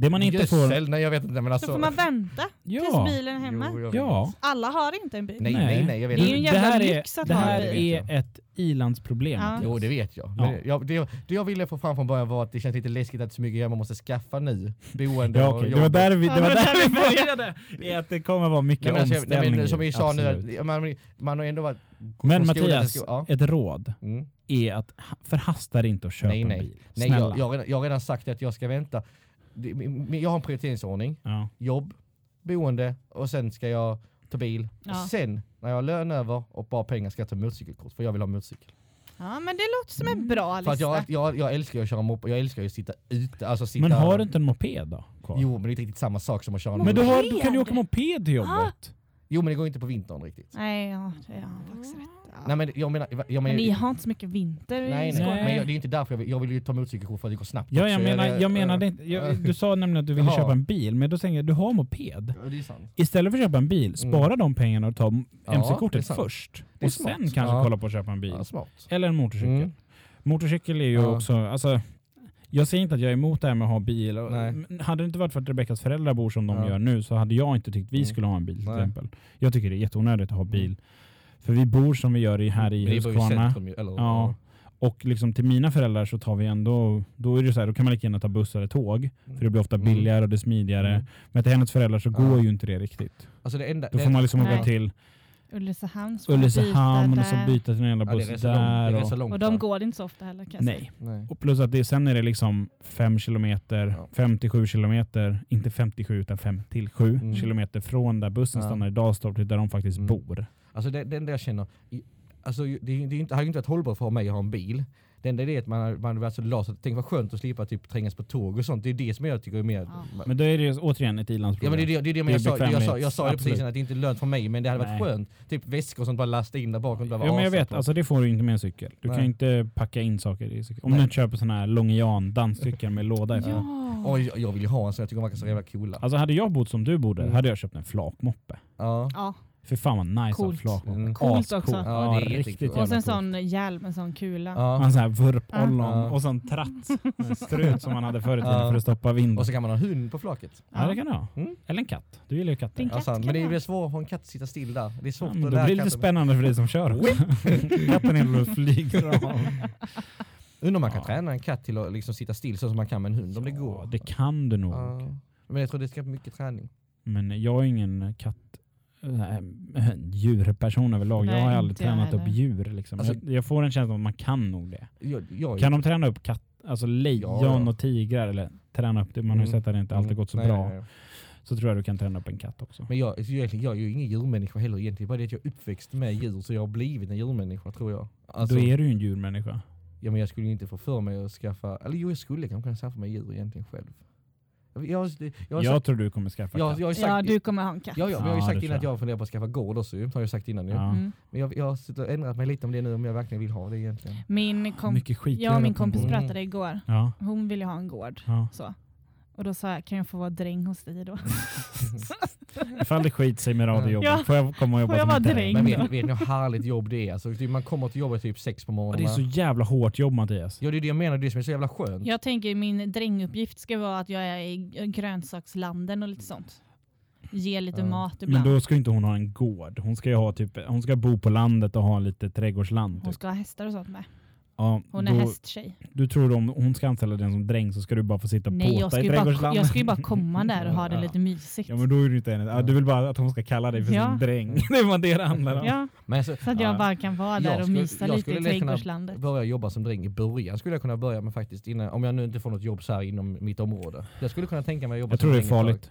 Det man inte får...
Nej jag vet inte men alltså.
Då får man vänta
Ja.
tills bilen är hemma.
Jo, jag vet.
Ja.
Alla har inte en bil.
Nej, nej, nej, jag vet
Det är ju
inte.
en
det
jävla
här är,
lyx att
det
ha en
här
bil.
är ett i-landsproblem.
Ja.
Mattias.
Jo det vet jag. Men
Ja.
Jag, det, jag- det jag ville få fram från början var att det känns lite läskigt att så mycket grejer man måste skaffa nu. Boende
*laughs* Ja,
och
okej.
jobb.
Det var där vi, det
Ja,
var
det var
där vi
där vi
började. Det är att det kommer vara mycket
Nej, men, alltså, jag- nej,
omställningar.
men, som vi sa
Absolut.
nu, att man, man har ändå varit...
Men
från skolan till
Mattias,
skolan. Ja.
ett råd
Mm.
är att ha- förhasta dig inte och köpa
Nej,
en bil.
Nej,
Snälla.
jag, jag, har redan- jag har redan sagt att jag ska vänta. Det- men Jag har en prioriteringsordning.
Ja.
Jobb, boende och sen ska jag ta bil.
Ja.
Och sen när jag har lön över och bara pengar ska jag ta motorcykelkort för jag vill ha motorcykel.
Ja, men det låter som en bra
För
lista.
att jag, jag, jag älskar ju att köra moppe, jag älskar ju att sitta ute. Alltså sitta
Men har du inte en moped då? Kvar?
Jo men det är inte riktigt samma sak som att köra en
Men då,
motorcykel.
har, då kan du åka moped till jobbet.
Jo men det går inte på vintern riktigt.
Nej, ja, det har han faktiskt rätt. Ja.
Nej men jag menar... Jag
Men
menar
ni har inte så mycket vinter i
nej, nej.
Skåne.
Men jag, det är ju inte därför jag vill, jag vill ju ta motorcykelkort för att det går snabbt
Ja, jag
också.
menar,
det-
jag menar det inte. Jag, du sa nämligen att du ville
Jaha.
köpa en bil, men då tänker jag du har moped.
Ja, det är sant.
Istället för att köpa en bil, spara de pengarna och ta
Mm. Ja, det är
mc-kortet
sant.
först.
Det är
Och
smart.
sen kanske
Ja.
kolla på att köpa en bil.
Ja, smart.
Eller en motorcykel.
Mm.
Motorcykel är ju
Ja.
också, alltså, jag säger inte att jag är emot det här med att ha bil. Och-
Nej.
men Hade det inte varit för att Rebeckas föräldrar bor som de
Ja.
gör nu så hade jag inte tyckt vi
Mm.
skulle ha en bil till
Nej. Mm.
exempel. Jag tycker det är jätteonödigt att ha bil. För vi bor som vi gör i, här i
Vi bor ju i
Huskvarna.
centrum ju, eller?
Ja. Och liksom till mina föräldrar så tar vi ändå, då är det så här, då kan man lika gärna ta buss eller tåg. För det blir ofta
Mm.
billigare och det är smidigare.
Mm.
Men till hennes föräldrar så
Ja.
går ju inte det riktigt.
Alltså det enda...
Då
det-
får man liksom åka
Nej.
till
Ulricehamn ska
Ulricehamn
byta
och så
där.
byta till en jävla
Ja, det
buss
är rätt så långt.
där.
Det är
Och,
rätt så långt.
Och de
va?
går inte så ofta heller kan jag säga.
nej.
Nej.
Och plus att det, sen är det liksom 5 kilometer,
Ja.
57 kilometer, inte 57 utan 5 till 7
Mm.
kilometer från där bussen
Ja.
stannar i Dalstorp till där de faktiskt
Mm.
bor.
Alltså det, det enda jag känner, i- alltså det, det, är ju inte- hade ju inte varit hållbart för mig att ha en bil. Det enda är det att man, man hade varit så lat, så tänk vad skönt att slippa typ trängas på tåg och sånt. Det är det som jag tycker är mer...
Ja.
Ja.
Men då är det ju återigen ett
men
i-landsproblem.
det är det, det, är det,
Det
men
är
jag, sa, det- jag, sa, jag sa
bekvämlighets-
ju precis innan att det inte är lönt för mig men det hade varit
Nej.
skönt. Typ väskor och sånt bara lasta in där bakom.
Jo men jag vet, alltså det får du inte med en cykel. Du kan
Nej.
inte packa in saker i cykeln. Om
Nej.
du inte köper sådana här Longian danscykel med låda i.
Ja.
Oj, jag- jag vill ju ha en sån, jag tycker de verkar så jävla coola.
Alltså hade jag bott som du bor där
Mm.
hade jag köpt en flakmoppe.
Ja.
ja.
För fan vad nice att ha en
Coolt.
flakmoppe.
Mm.
Coolt
Ascoolt.
också.
Ja,
Ja,
det är
riktigt
jättecoolt.
jävla
Och sen
coolt.
sån hjälm med sån kula.
ja.
Han sån här vurpollon
Ja.
och sån
*laughs*
tratt, en strut som man hade förr i tiden
Ja.
för att stoppa vinden.
Och så kan man ha hund på flaket.
Ja, det kan du ha.
Mm.
Eller en katt. Du gillar ju katter.
Din
Ja,
katt
sant.
kan
men det är
ha.
väl svårt att ha en katt sitta still där. Det är svårt
Ja, men då
att lära
blir det lite
katten.
*laughs* spännande för dig som kör också. Katten är och flyger av.
Undrar om man kan
Ja.
träna en katt till att liksom sitta still så som man kan med en hund om det
Ja,
går.
det kan du nog.
Ja. Men jag tror det ska mycket träning.
Men jag är ingen katt nej, djurperson överlag.
Nej,
jag har aldrig
inte jag
tränat upp
heller.
djur. Liksom.
Alltså-
jag, jag får en känsla av att man kan nog det.
Jag, jag,
Kan de träna upp katt, alltså lejon
Ja, ja.
och tigrar? Eller träna upp det? Man har ju
Mm.
sett att det inte alltid gått så
Nej,
bra.
nej, nej.
Så tror jag du kan träna upp en katt också.
Men jag, så jag, jag är ju ingen djurmänniska heller egentligen. Bara det att jag är uppväxt med djur så jag har blivit en djurmänniska tror jag. Alltså,
Då är du ju en djurmänniska.
ja, men jag skulle ju inte få för mig att skaffa, eller jo jag skulle kanske kunna skaffa mig djur egentligen själv. Jag, jag, jag,
Jag,
jag, jag,
tror du kommer skaffa
jag,
katt.
jag har ju sagt,
Ja, du kommer ha en katt.
Ja, ja, men jag har ju
Ja, det
sagt
tror
innan att
jag.
jag funderar på att skaffa gård också ju. Har jag sagt innan ju.
Ja.
Mm.
Men jag, jag har suttit och ändrat mig lite om det nu, om jag verkligen vill ha det egentligen.
Min, kom-
Mycket skit
jag och min
att man
kompis
bor-
bor.
pratade igår.
Ja,
Hon ville ha en gård.
ja.
Så. Och då sa jag, kan jag få vara dräng hos dig
*laughs*
då?
Ifall det skiter sig med radiojobbet,
Ja.
får jag komma och jobba
Får jag
som
vara
intern?
dräng?
Men vet, vet ni hur härligt jobb det är? Alltså, typ, man kommer till jobbet typ sex på
Ja,
morgonen.
Det är så jävla hårt jobb Mattias.
Ja det är det jag menar, det är det som är så jävla skönt.
Jag tänker min dränguppgift ska vara att jag är i grönsakslanden och lite sånt. Ge lite
Ja.
mat
Men
ibland.
då ska inte hon ha en gård. Hon ska ju ha typ, hon ska bo på landet och ha lite trädgårdsland.
Hon
Typ.
ska ha hästar och sånt med.
Ja,
Hon är
då-
hästtjej.
Du tror om hon ska anställa den som dräng så ska du bara få sitta och
Nej, jag
påta
ska,
i
ju bara, jag
trädgårdslandet?
ska ju bara komma där och ha det
Ja.
lite mysigt.
Ja men då är du inte en, ja, du vill bara att hon ska kalla dig för
Ja.
sin dräng. *laughs* Det var det det handlade om.
Ja,
Men alltså,
så att
Ja.
jag bara kan vara där
Jag
och
skulle-
mysa
jag
lite
skulle
i
lätt kunna-
trädgårdslandet.
börja jobba som dräng i början skulle jag kunna börja med faktiskt innan, om jag nu inte får något jobb så här inom mitt område. Jag skulle kunna tänka mig att jobba
Jag
som
tror det är
dräng ett tag.
farligt.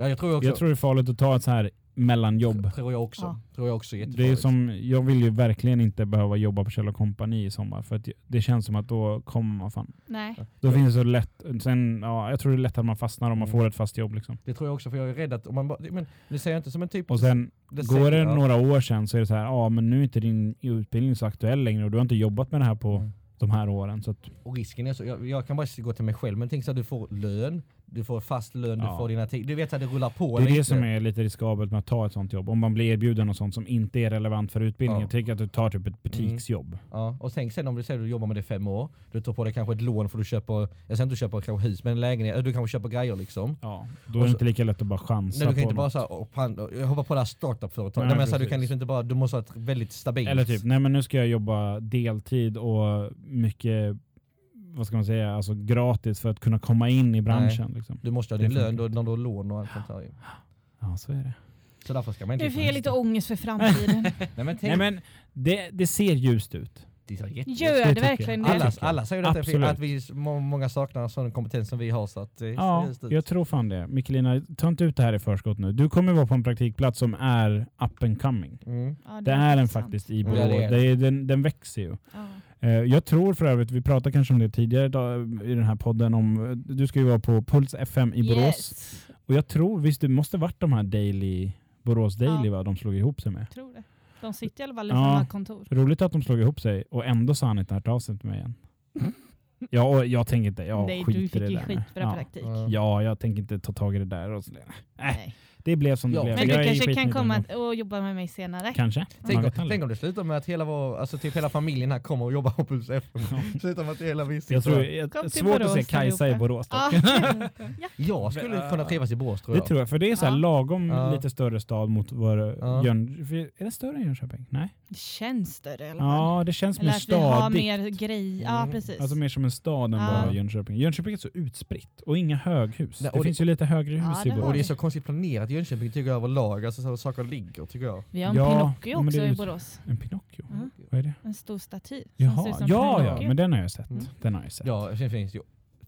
Ja jag tror också.
Jag tror det är farligt att ta ett så här mellanjobb.
Tror jag också.
Ja.
Tror jag också är
Det är som, jag vill ju verkligen inte behöva jobba på Kjell Company i sommar för att det känns som att då kommer man fan.
Nej.
Då
Ja.
finns det så lätt, sen, ja, jag tror det är lätt att man fastnar om man
Mm.
får ett fast jobb liksom.
Det tror jag också för jag är rädd att om man bara, men nu säger jag inte som en typ.
Och sen
det
går det
säger-
några år sen så är det så här, ja men nu är inte din utbildning så aktuell längre och du har inte jobbat med det här på
Mm.
de här åren. Så att,
Och risken är så, jag, jag kan bara gå till mig själv, men tänk så att du får lön, du får fast lön,
Ja.
du får dina tid. Du vet att det rullar på
det är
lite.
det som är lite riskabelt med att ta ett sånt jobb. Om man blir erbjuden något sånt som inte är relevant för utbildningen.
Ja. Mm.
Tänk att du tar typ ett butiksjobb.
Ja, och tänk sen om du säger att du jobbar med det i fem år, du tar på dig kanske ett lån för du köper, jag säger inte du köper kanske hus, men en lägenhet, eller du kanske köper grejer liksom.
Ja, då är
Och
det
så-
inte lika lätt att bara chansa
Nej, du kan
på
inte bara
något.
så här, och pan, och hoppa på det här startup-företaget.
Nej,
Nej, men så här, du
precis.
kan liksom inte bara, du måste ha ett väldigt stabilt.
Eller typ, nej men nu ska jag jobba deltid och mycket, vad ska man säga, alltså gratis för att kunna komma in i branschen. Liksom.
Du måste ha
Det
din lön,
funkar
du, när du har lån och allt sånt där. ju.
Ja, så är det.
Så därför ska man inte...
Nu får jag lite ångest för
*laughs*
framtiden.
Nej men tänk,
Nej men det, det ser ljust ut.
det är så jätte-
Gör
tycker
det
jag.
verkligen det?
alla, alla säger detta, för
Absolut.
att vi, må- många saknar sån kompetens som vi har. Så att eh, det ser
Ja,
just ut.
jag tror fan det. Mikkelina, ta inte ut det här i förskott nu. Du kommer vara på en praktikplats som är up and coming.
Mm.
Ja,
Det är den
intressant.
faktiskt i
Ja,
Borås.
det är det.
det är, den, den växer ju.
Ja.
Eh, Jag tror för övrigt, vi pratade kanske om det tidigare idag i den här podden, om, du ska ju vara på Puls FM i Borås.
Yes.
Och jag tror, visst det måste varit de här Daily, Borås Daily va, de slog ihop sig med.
Tror det. De sitter i alla fall i
Ja.
samma kontor.
Roligt att de slog ihop sig och ändå sa han inte hört av sig till mig igen. ja, och jag tänker inte, jag
Mm. Nej, du
skiter
fick
i det
ju
där
skit för
nu. ja. Äh,
praktik.
Ja.
ja, jag tänker inte ta tag i det där. Och så, äh,
Nej.
det blev som
Ja,
det blev.
Men du
Jag är
kanske kan
skitnöjd
komma
ändå.
att- och jobba med mig senare.
Kanske. Man
Tänk, om-
vet aldrig.
tänk om det slutar med att hela, vår, alltså typ hela familjen här kommer och jobbar på Puls FM. *laughs* Slutar med att hela vi
Jag
sitter
tror,
här.
jag,
Kom till
svårt att se
Borås
Kajsa i
allihopa.
Borås dock.
Ja.
Jag skulle kunna trivas i Borås tror
Det
jag.
tror jag, för det är så här
Ja.
lagom
Ja.
lite större stad mot vad
Ja.
Jön... för- Är det större än Jönköping? Nej?
Det *laughs* känns det i alla fall.
Ja, det känns mer
Eller att vi har
stadigt.
mer grejer. Ja,
Mm.
precis.
Alltså mer som en stad än
Ja.
bara Jönköping. Jönköping är så utspritt och inga höghus.
Nej,
det
och
finns ju lite högre hus
Ja,
i
det har
Borås.
Och det är så konstigt planerat i Jönköping tycker jag överlag, alltså så här saker ligger tycker jag.
vi har en
Ja,
Pinocchio
men det
också
är
i
ju-
Borås.
En Pinocchio?
Ja.
Vad är det?
En stor staty. Mm. som ser
Jaha,
ut som
ja, ja,
Pinocchio.
men den har jag sett.
Mm.
Den har jag sett.
Ja, sen finns ju,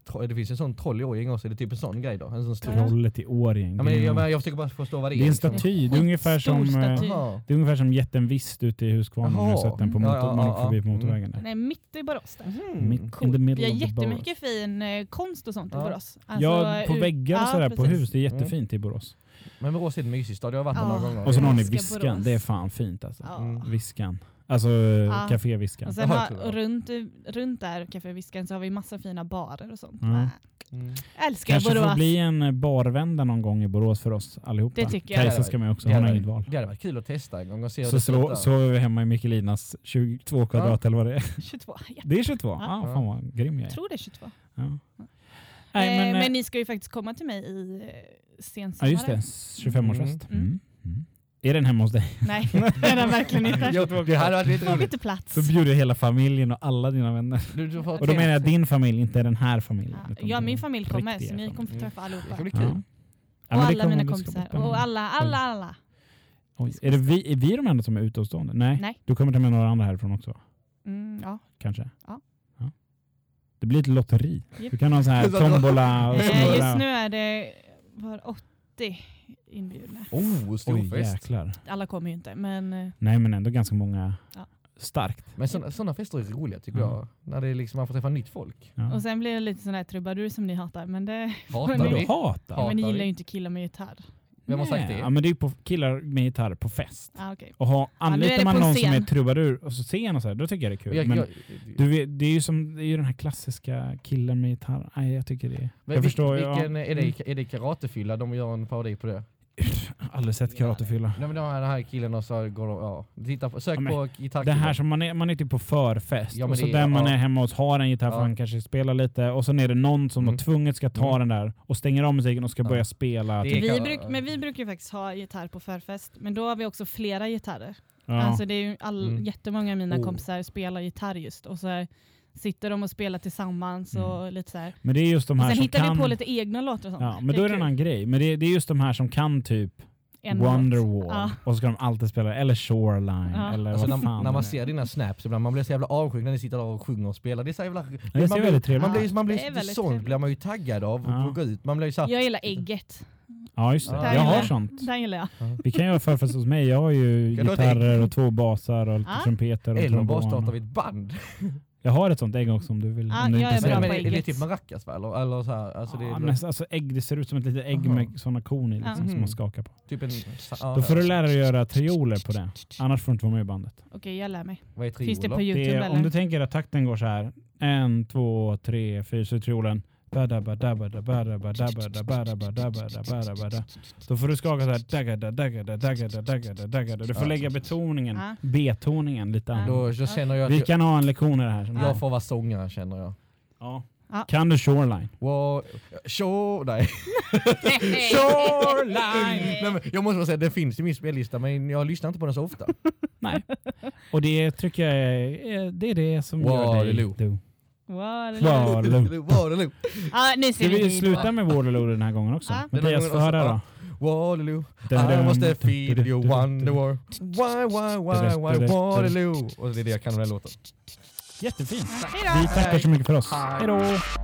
tro- det finns en sån troll i Årjäng också, det är typ en sån grej då. En sån stor.
Trollet i Årjäng.
Ja, men jag, men jag försöker bara förstå vad det är.
det är en
liksom.
staty. Det är ungefär som,
Skitstor
eh,
staty.
Jaha.
det är ungefär som jätten Vist ute i Huskvarna om du har
Jaha.
sett den på
Mm.
motor,
Ja, ja,
man
ja,
åker förbi på
ja.
motorvägen. där.
Nej, mitt i Borås. Där.
Mitt
Mm.
in the
Coolt. Vi
middle
har
of the Borås.
jättemycket fin eh, konst och sånt i
Ja.
Borås.
ja, på
ur-
väggar och
ja,
sådär på
precis.
hus. Det är
Mm.
jättefint i Borås.
Men Borås är en mysig stad, jag har varit där
Ja.
några gånger.
Ah. Och sen har ni
älskar
Viskan.
Borås.
Det är fan fint alltså.
Ja.
Mm.
Viskan. Alltså ja.
Ja.
Café Viskan.
Och sen
Ja,
har,
kul, ja.
och runt, runt där, Café Viskan, så har vi massa fina barer och sånt.
Mm.
Äh,
Mm.
Älskar
Kanske
Borås.
får bli en eh, barvända någon gång i Borås för oss allihopa.
Det tycker jag.
Kajsa ska med också,
Det
hon
hade
har
varit-
inget val.
Det hade varit kul att testa en gång och se hur
Så
det
slå,
slutar. *laughs*
sover vi hemma i Mikkelinas 22 kvadrat eller vad det är. *laughs*
22. Ja,
Det är 22? Ja,
Ja. Eh,
fan vad grym jag
jag
är.
tror det är 22.
Ja.
Ja.
Nej,
eh,
men, eh,
men ni ska ju faktiskt komma till mig i eh,
ja,
sensommaren.
just det. 25-årsfest.
Mm.
Mm. Mm. Är den hemma hos dig? *laughs*
Nej, det är den verkligen inte.
Jo, det hade varit lite
Tog
roligt.
inte plats.
Då bjuder jag hela familjen och alla dina vänner.
Du, du får
Och då
tänka-
menar jag din familj, inte den här familjen.
Ja,
utan
Ja,
den
min familj kommer
riktiga
så ni kommer få
familjen.
träffa allihopa.
Det ska bli
Ja.
kul.
Ja,
och
men det
alla mina
kommer- det ska bli
kompisar.
spännande.
Och alla, alla, alla.
Oj, är, det vi, är vi de enda som är utomstående? Nej.
Nej.
Du kommer ta med några andra härifrån också?
Mm, ja.
Kanske?
Ja.
Ja. Det blir ett lotteri.
Japp.
Du kan ha en sån
*laughs*
här tombola och
Eh,
snurra.
Just nu är det var 80 inbjudna.
Oh, stor
Oj,
fest.
jäklar.
Alla kommer ju inte, men eh,
Nej, men ändå ganska många.
Ja.
Starkt.
Men sådana, sådana fester är roliga tycker
Ja.
jag. När det är liksom, man får träffa nytt folk.
Ja.
och sen blir det lite sån här trubadur som ni hatar. Men, det,
Hatar
Men
Vadå
ni?
hatar?
men ni
Hatar
gillar
vi.
ju inte killar med gitarr.
Vem har sagt
Nej,
det?
Ja, men det är ju på killar med gitarr på fest.
Ah, okay.
Och ha,
nu är
anlitar
det
man
på en
någon
scen.
som är trubadur och så scen och så här, då tycker jag det är kul.
Jag-
men
jag-
du vet, det är ju som det är ju den här klassiska killen med gitarr. Nej, jag tycker det är...
Men
jag
vil-
förstår ju,
vilken,
ja. Mm.
är, det, är det karatefylla? De gör en parodi på det.
Aldrig sett karatefylla.
Nej, men de här, den här killen och så går de, ja. Titta, på- sök
Ja, men
på
Det
gitarrkillen.
här som man är, man är typ på förfest
Ja, men
och så
det-
den man
ja.
är hemma hos har en gitarr för
Ja.
han kanske spelar lite och sen är det någon som
Mm.
då tvunget ska ta den
Mm.
där och stänger av musiken och ska
Ja.
börja spela.
Det
typ.
är-
Vi
kan-
bruk, men vi brukar ju faktiskt ha gitarr på förfest, men då har vi också flera gitarrer.
Ja.
Alltså det är ju all,
Mm.
jättemånga av mina
Oh.
kompisar spelar gitarr just och så här, sitter de och spelar tillsammans och lite så här.
men det är just Mm. de
Och
här
sen
som
hittar
kan...
vi på lite egna låtar och sånt.
ja, men då är det en
kul.
annan grej. Men det, det är just de här som kan typ
En låt.
Wonderwall
Ja.
och så ska de alltid spela eller Shoreline
Ja.
eller
Alltså,
vad
när,
fan
när man
det är.
ser dina snaps ibland, man blir så jävla avundsjuk när ni sitter där och sjunger och spelar. Det är så jävla...
det ser
man blir,
väldigt trevligt
man
ut.
blir, man
Det är
blir,
väldigt
sånt
trevligt.
blir man ju taggad av
Ja.
att gå ut. Man blir ju så här,
Jag gillar ägget.
Ja, just det.
Ja.
Jag
Där
har
är-
sånt.
Den gillar jag.
Vi kan göra förfest hos mig. Jag har ju
Kan du ha ett
gitarrer och två basar och lite
Ja.
trumpeter och
eller bara
trombon.
startar vi ett band.
Jag har ett sånt ägg också om du vill.
Ja,
om du
jag
är
är bra
intresserad.
på
men, är det
ägget.
typ maracas va? Eller, eller så här, alltså det
ja,
är
men, alltså, ägg, det ser ut som ett litet ägg
Aha.
med sådana korn i liksom,
Ja.
som man skakar på.
typ en... Ja,
Då får du lära dig att göra trioler på det. Annars får du inte vara med i bandet.
Okej, jag lär mig.
Vad är
Finns det
trioler?
på Youtube
Det är,
eller? *laughs*
om du tänker att takten går så här. En, två, tre, fyra, så är triolen. Ba-da-ba-da-ba-da-ba-da-ba-da-ba-da-ba-da-ba-da-ba-da. Då får du skaka så här. dagada, dagada, dagada, dagada, dagada. Du får
Ja.
lägga betoningen,
Ja.
betoningen lite
Ja.
annorlunda.
Då, då känner jag att
Vi
jag,
kan ha en lektion i det här. som
jag
sagt.
får vara sångare känner jag.
Ja.
Ja.
Kan du Shoreline?
Wow, sure, nej. Shoreline! *laughs* nej men jag måste bara säga, den finns i min spellista men jag lyssnar inte på den så ofta.
*laughs*
Nej. Och det tycker jag är, det är det som gör dig
Waterloo.
du.
Wow, det lär-
Waterloo.
Waterloo,
Ja, nu ser
Ska vi
vi
sluta med Waterloo den här gången också?
Ja.
Mattias,
Den
få
här gången
höra då.
också. Waterloo, I måste feed you Wonderwall. Why, why, why, why Waterloo? Och det är det jag kan om den här låten.
Jättefint.
Hej då!
Vi tackar så mycket för oss. Hej då!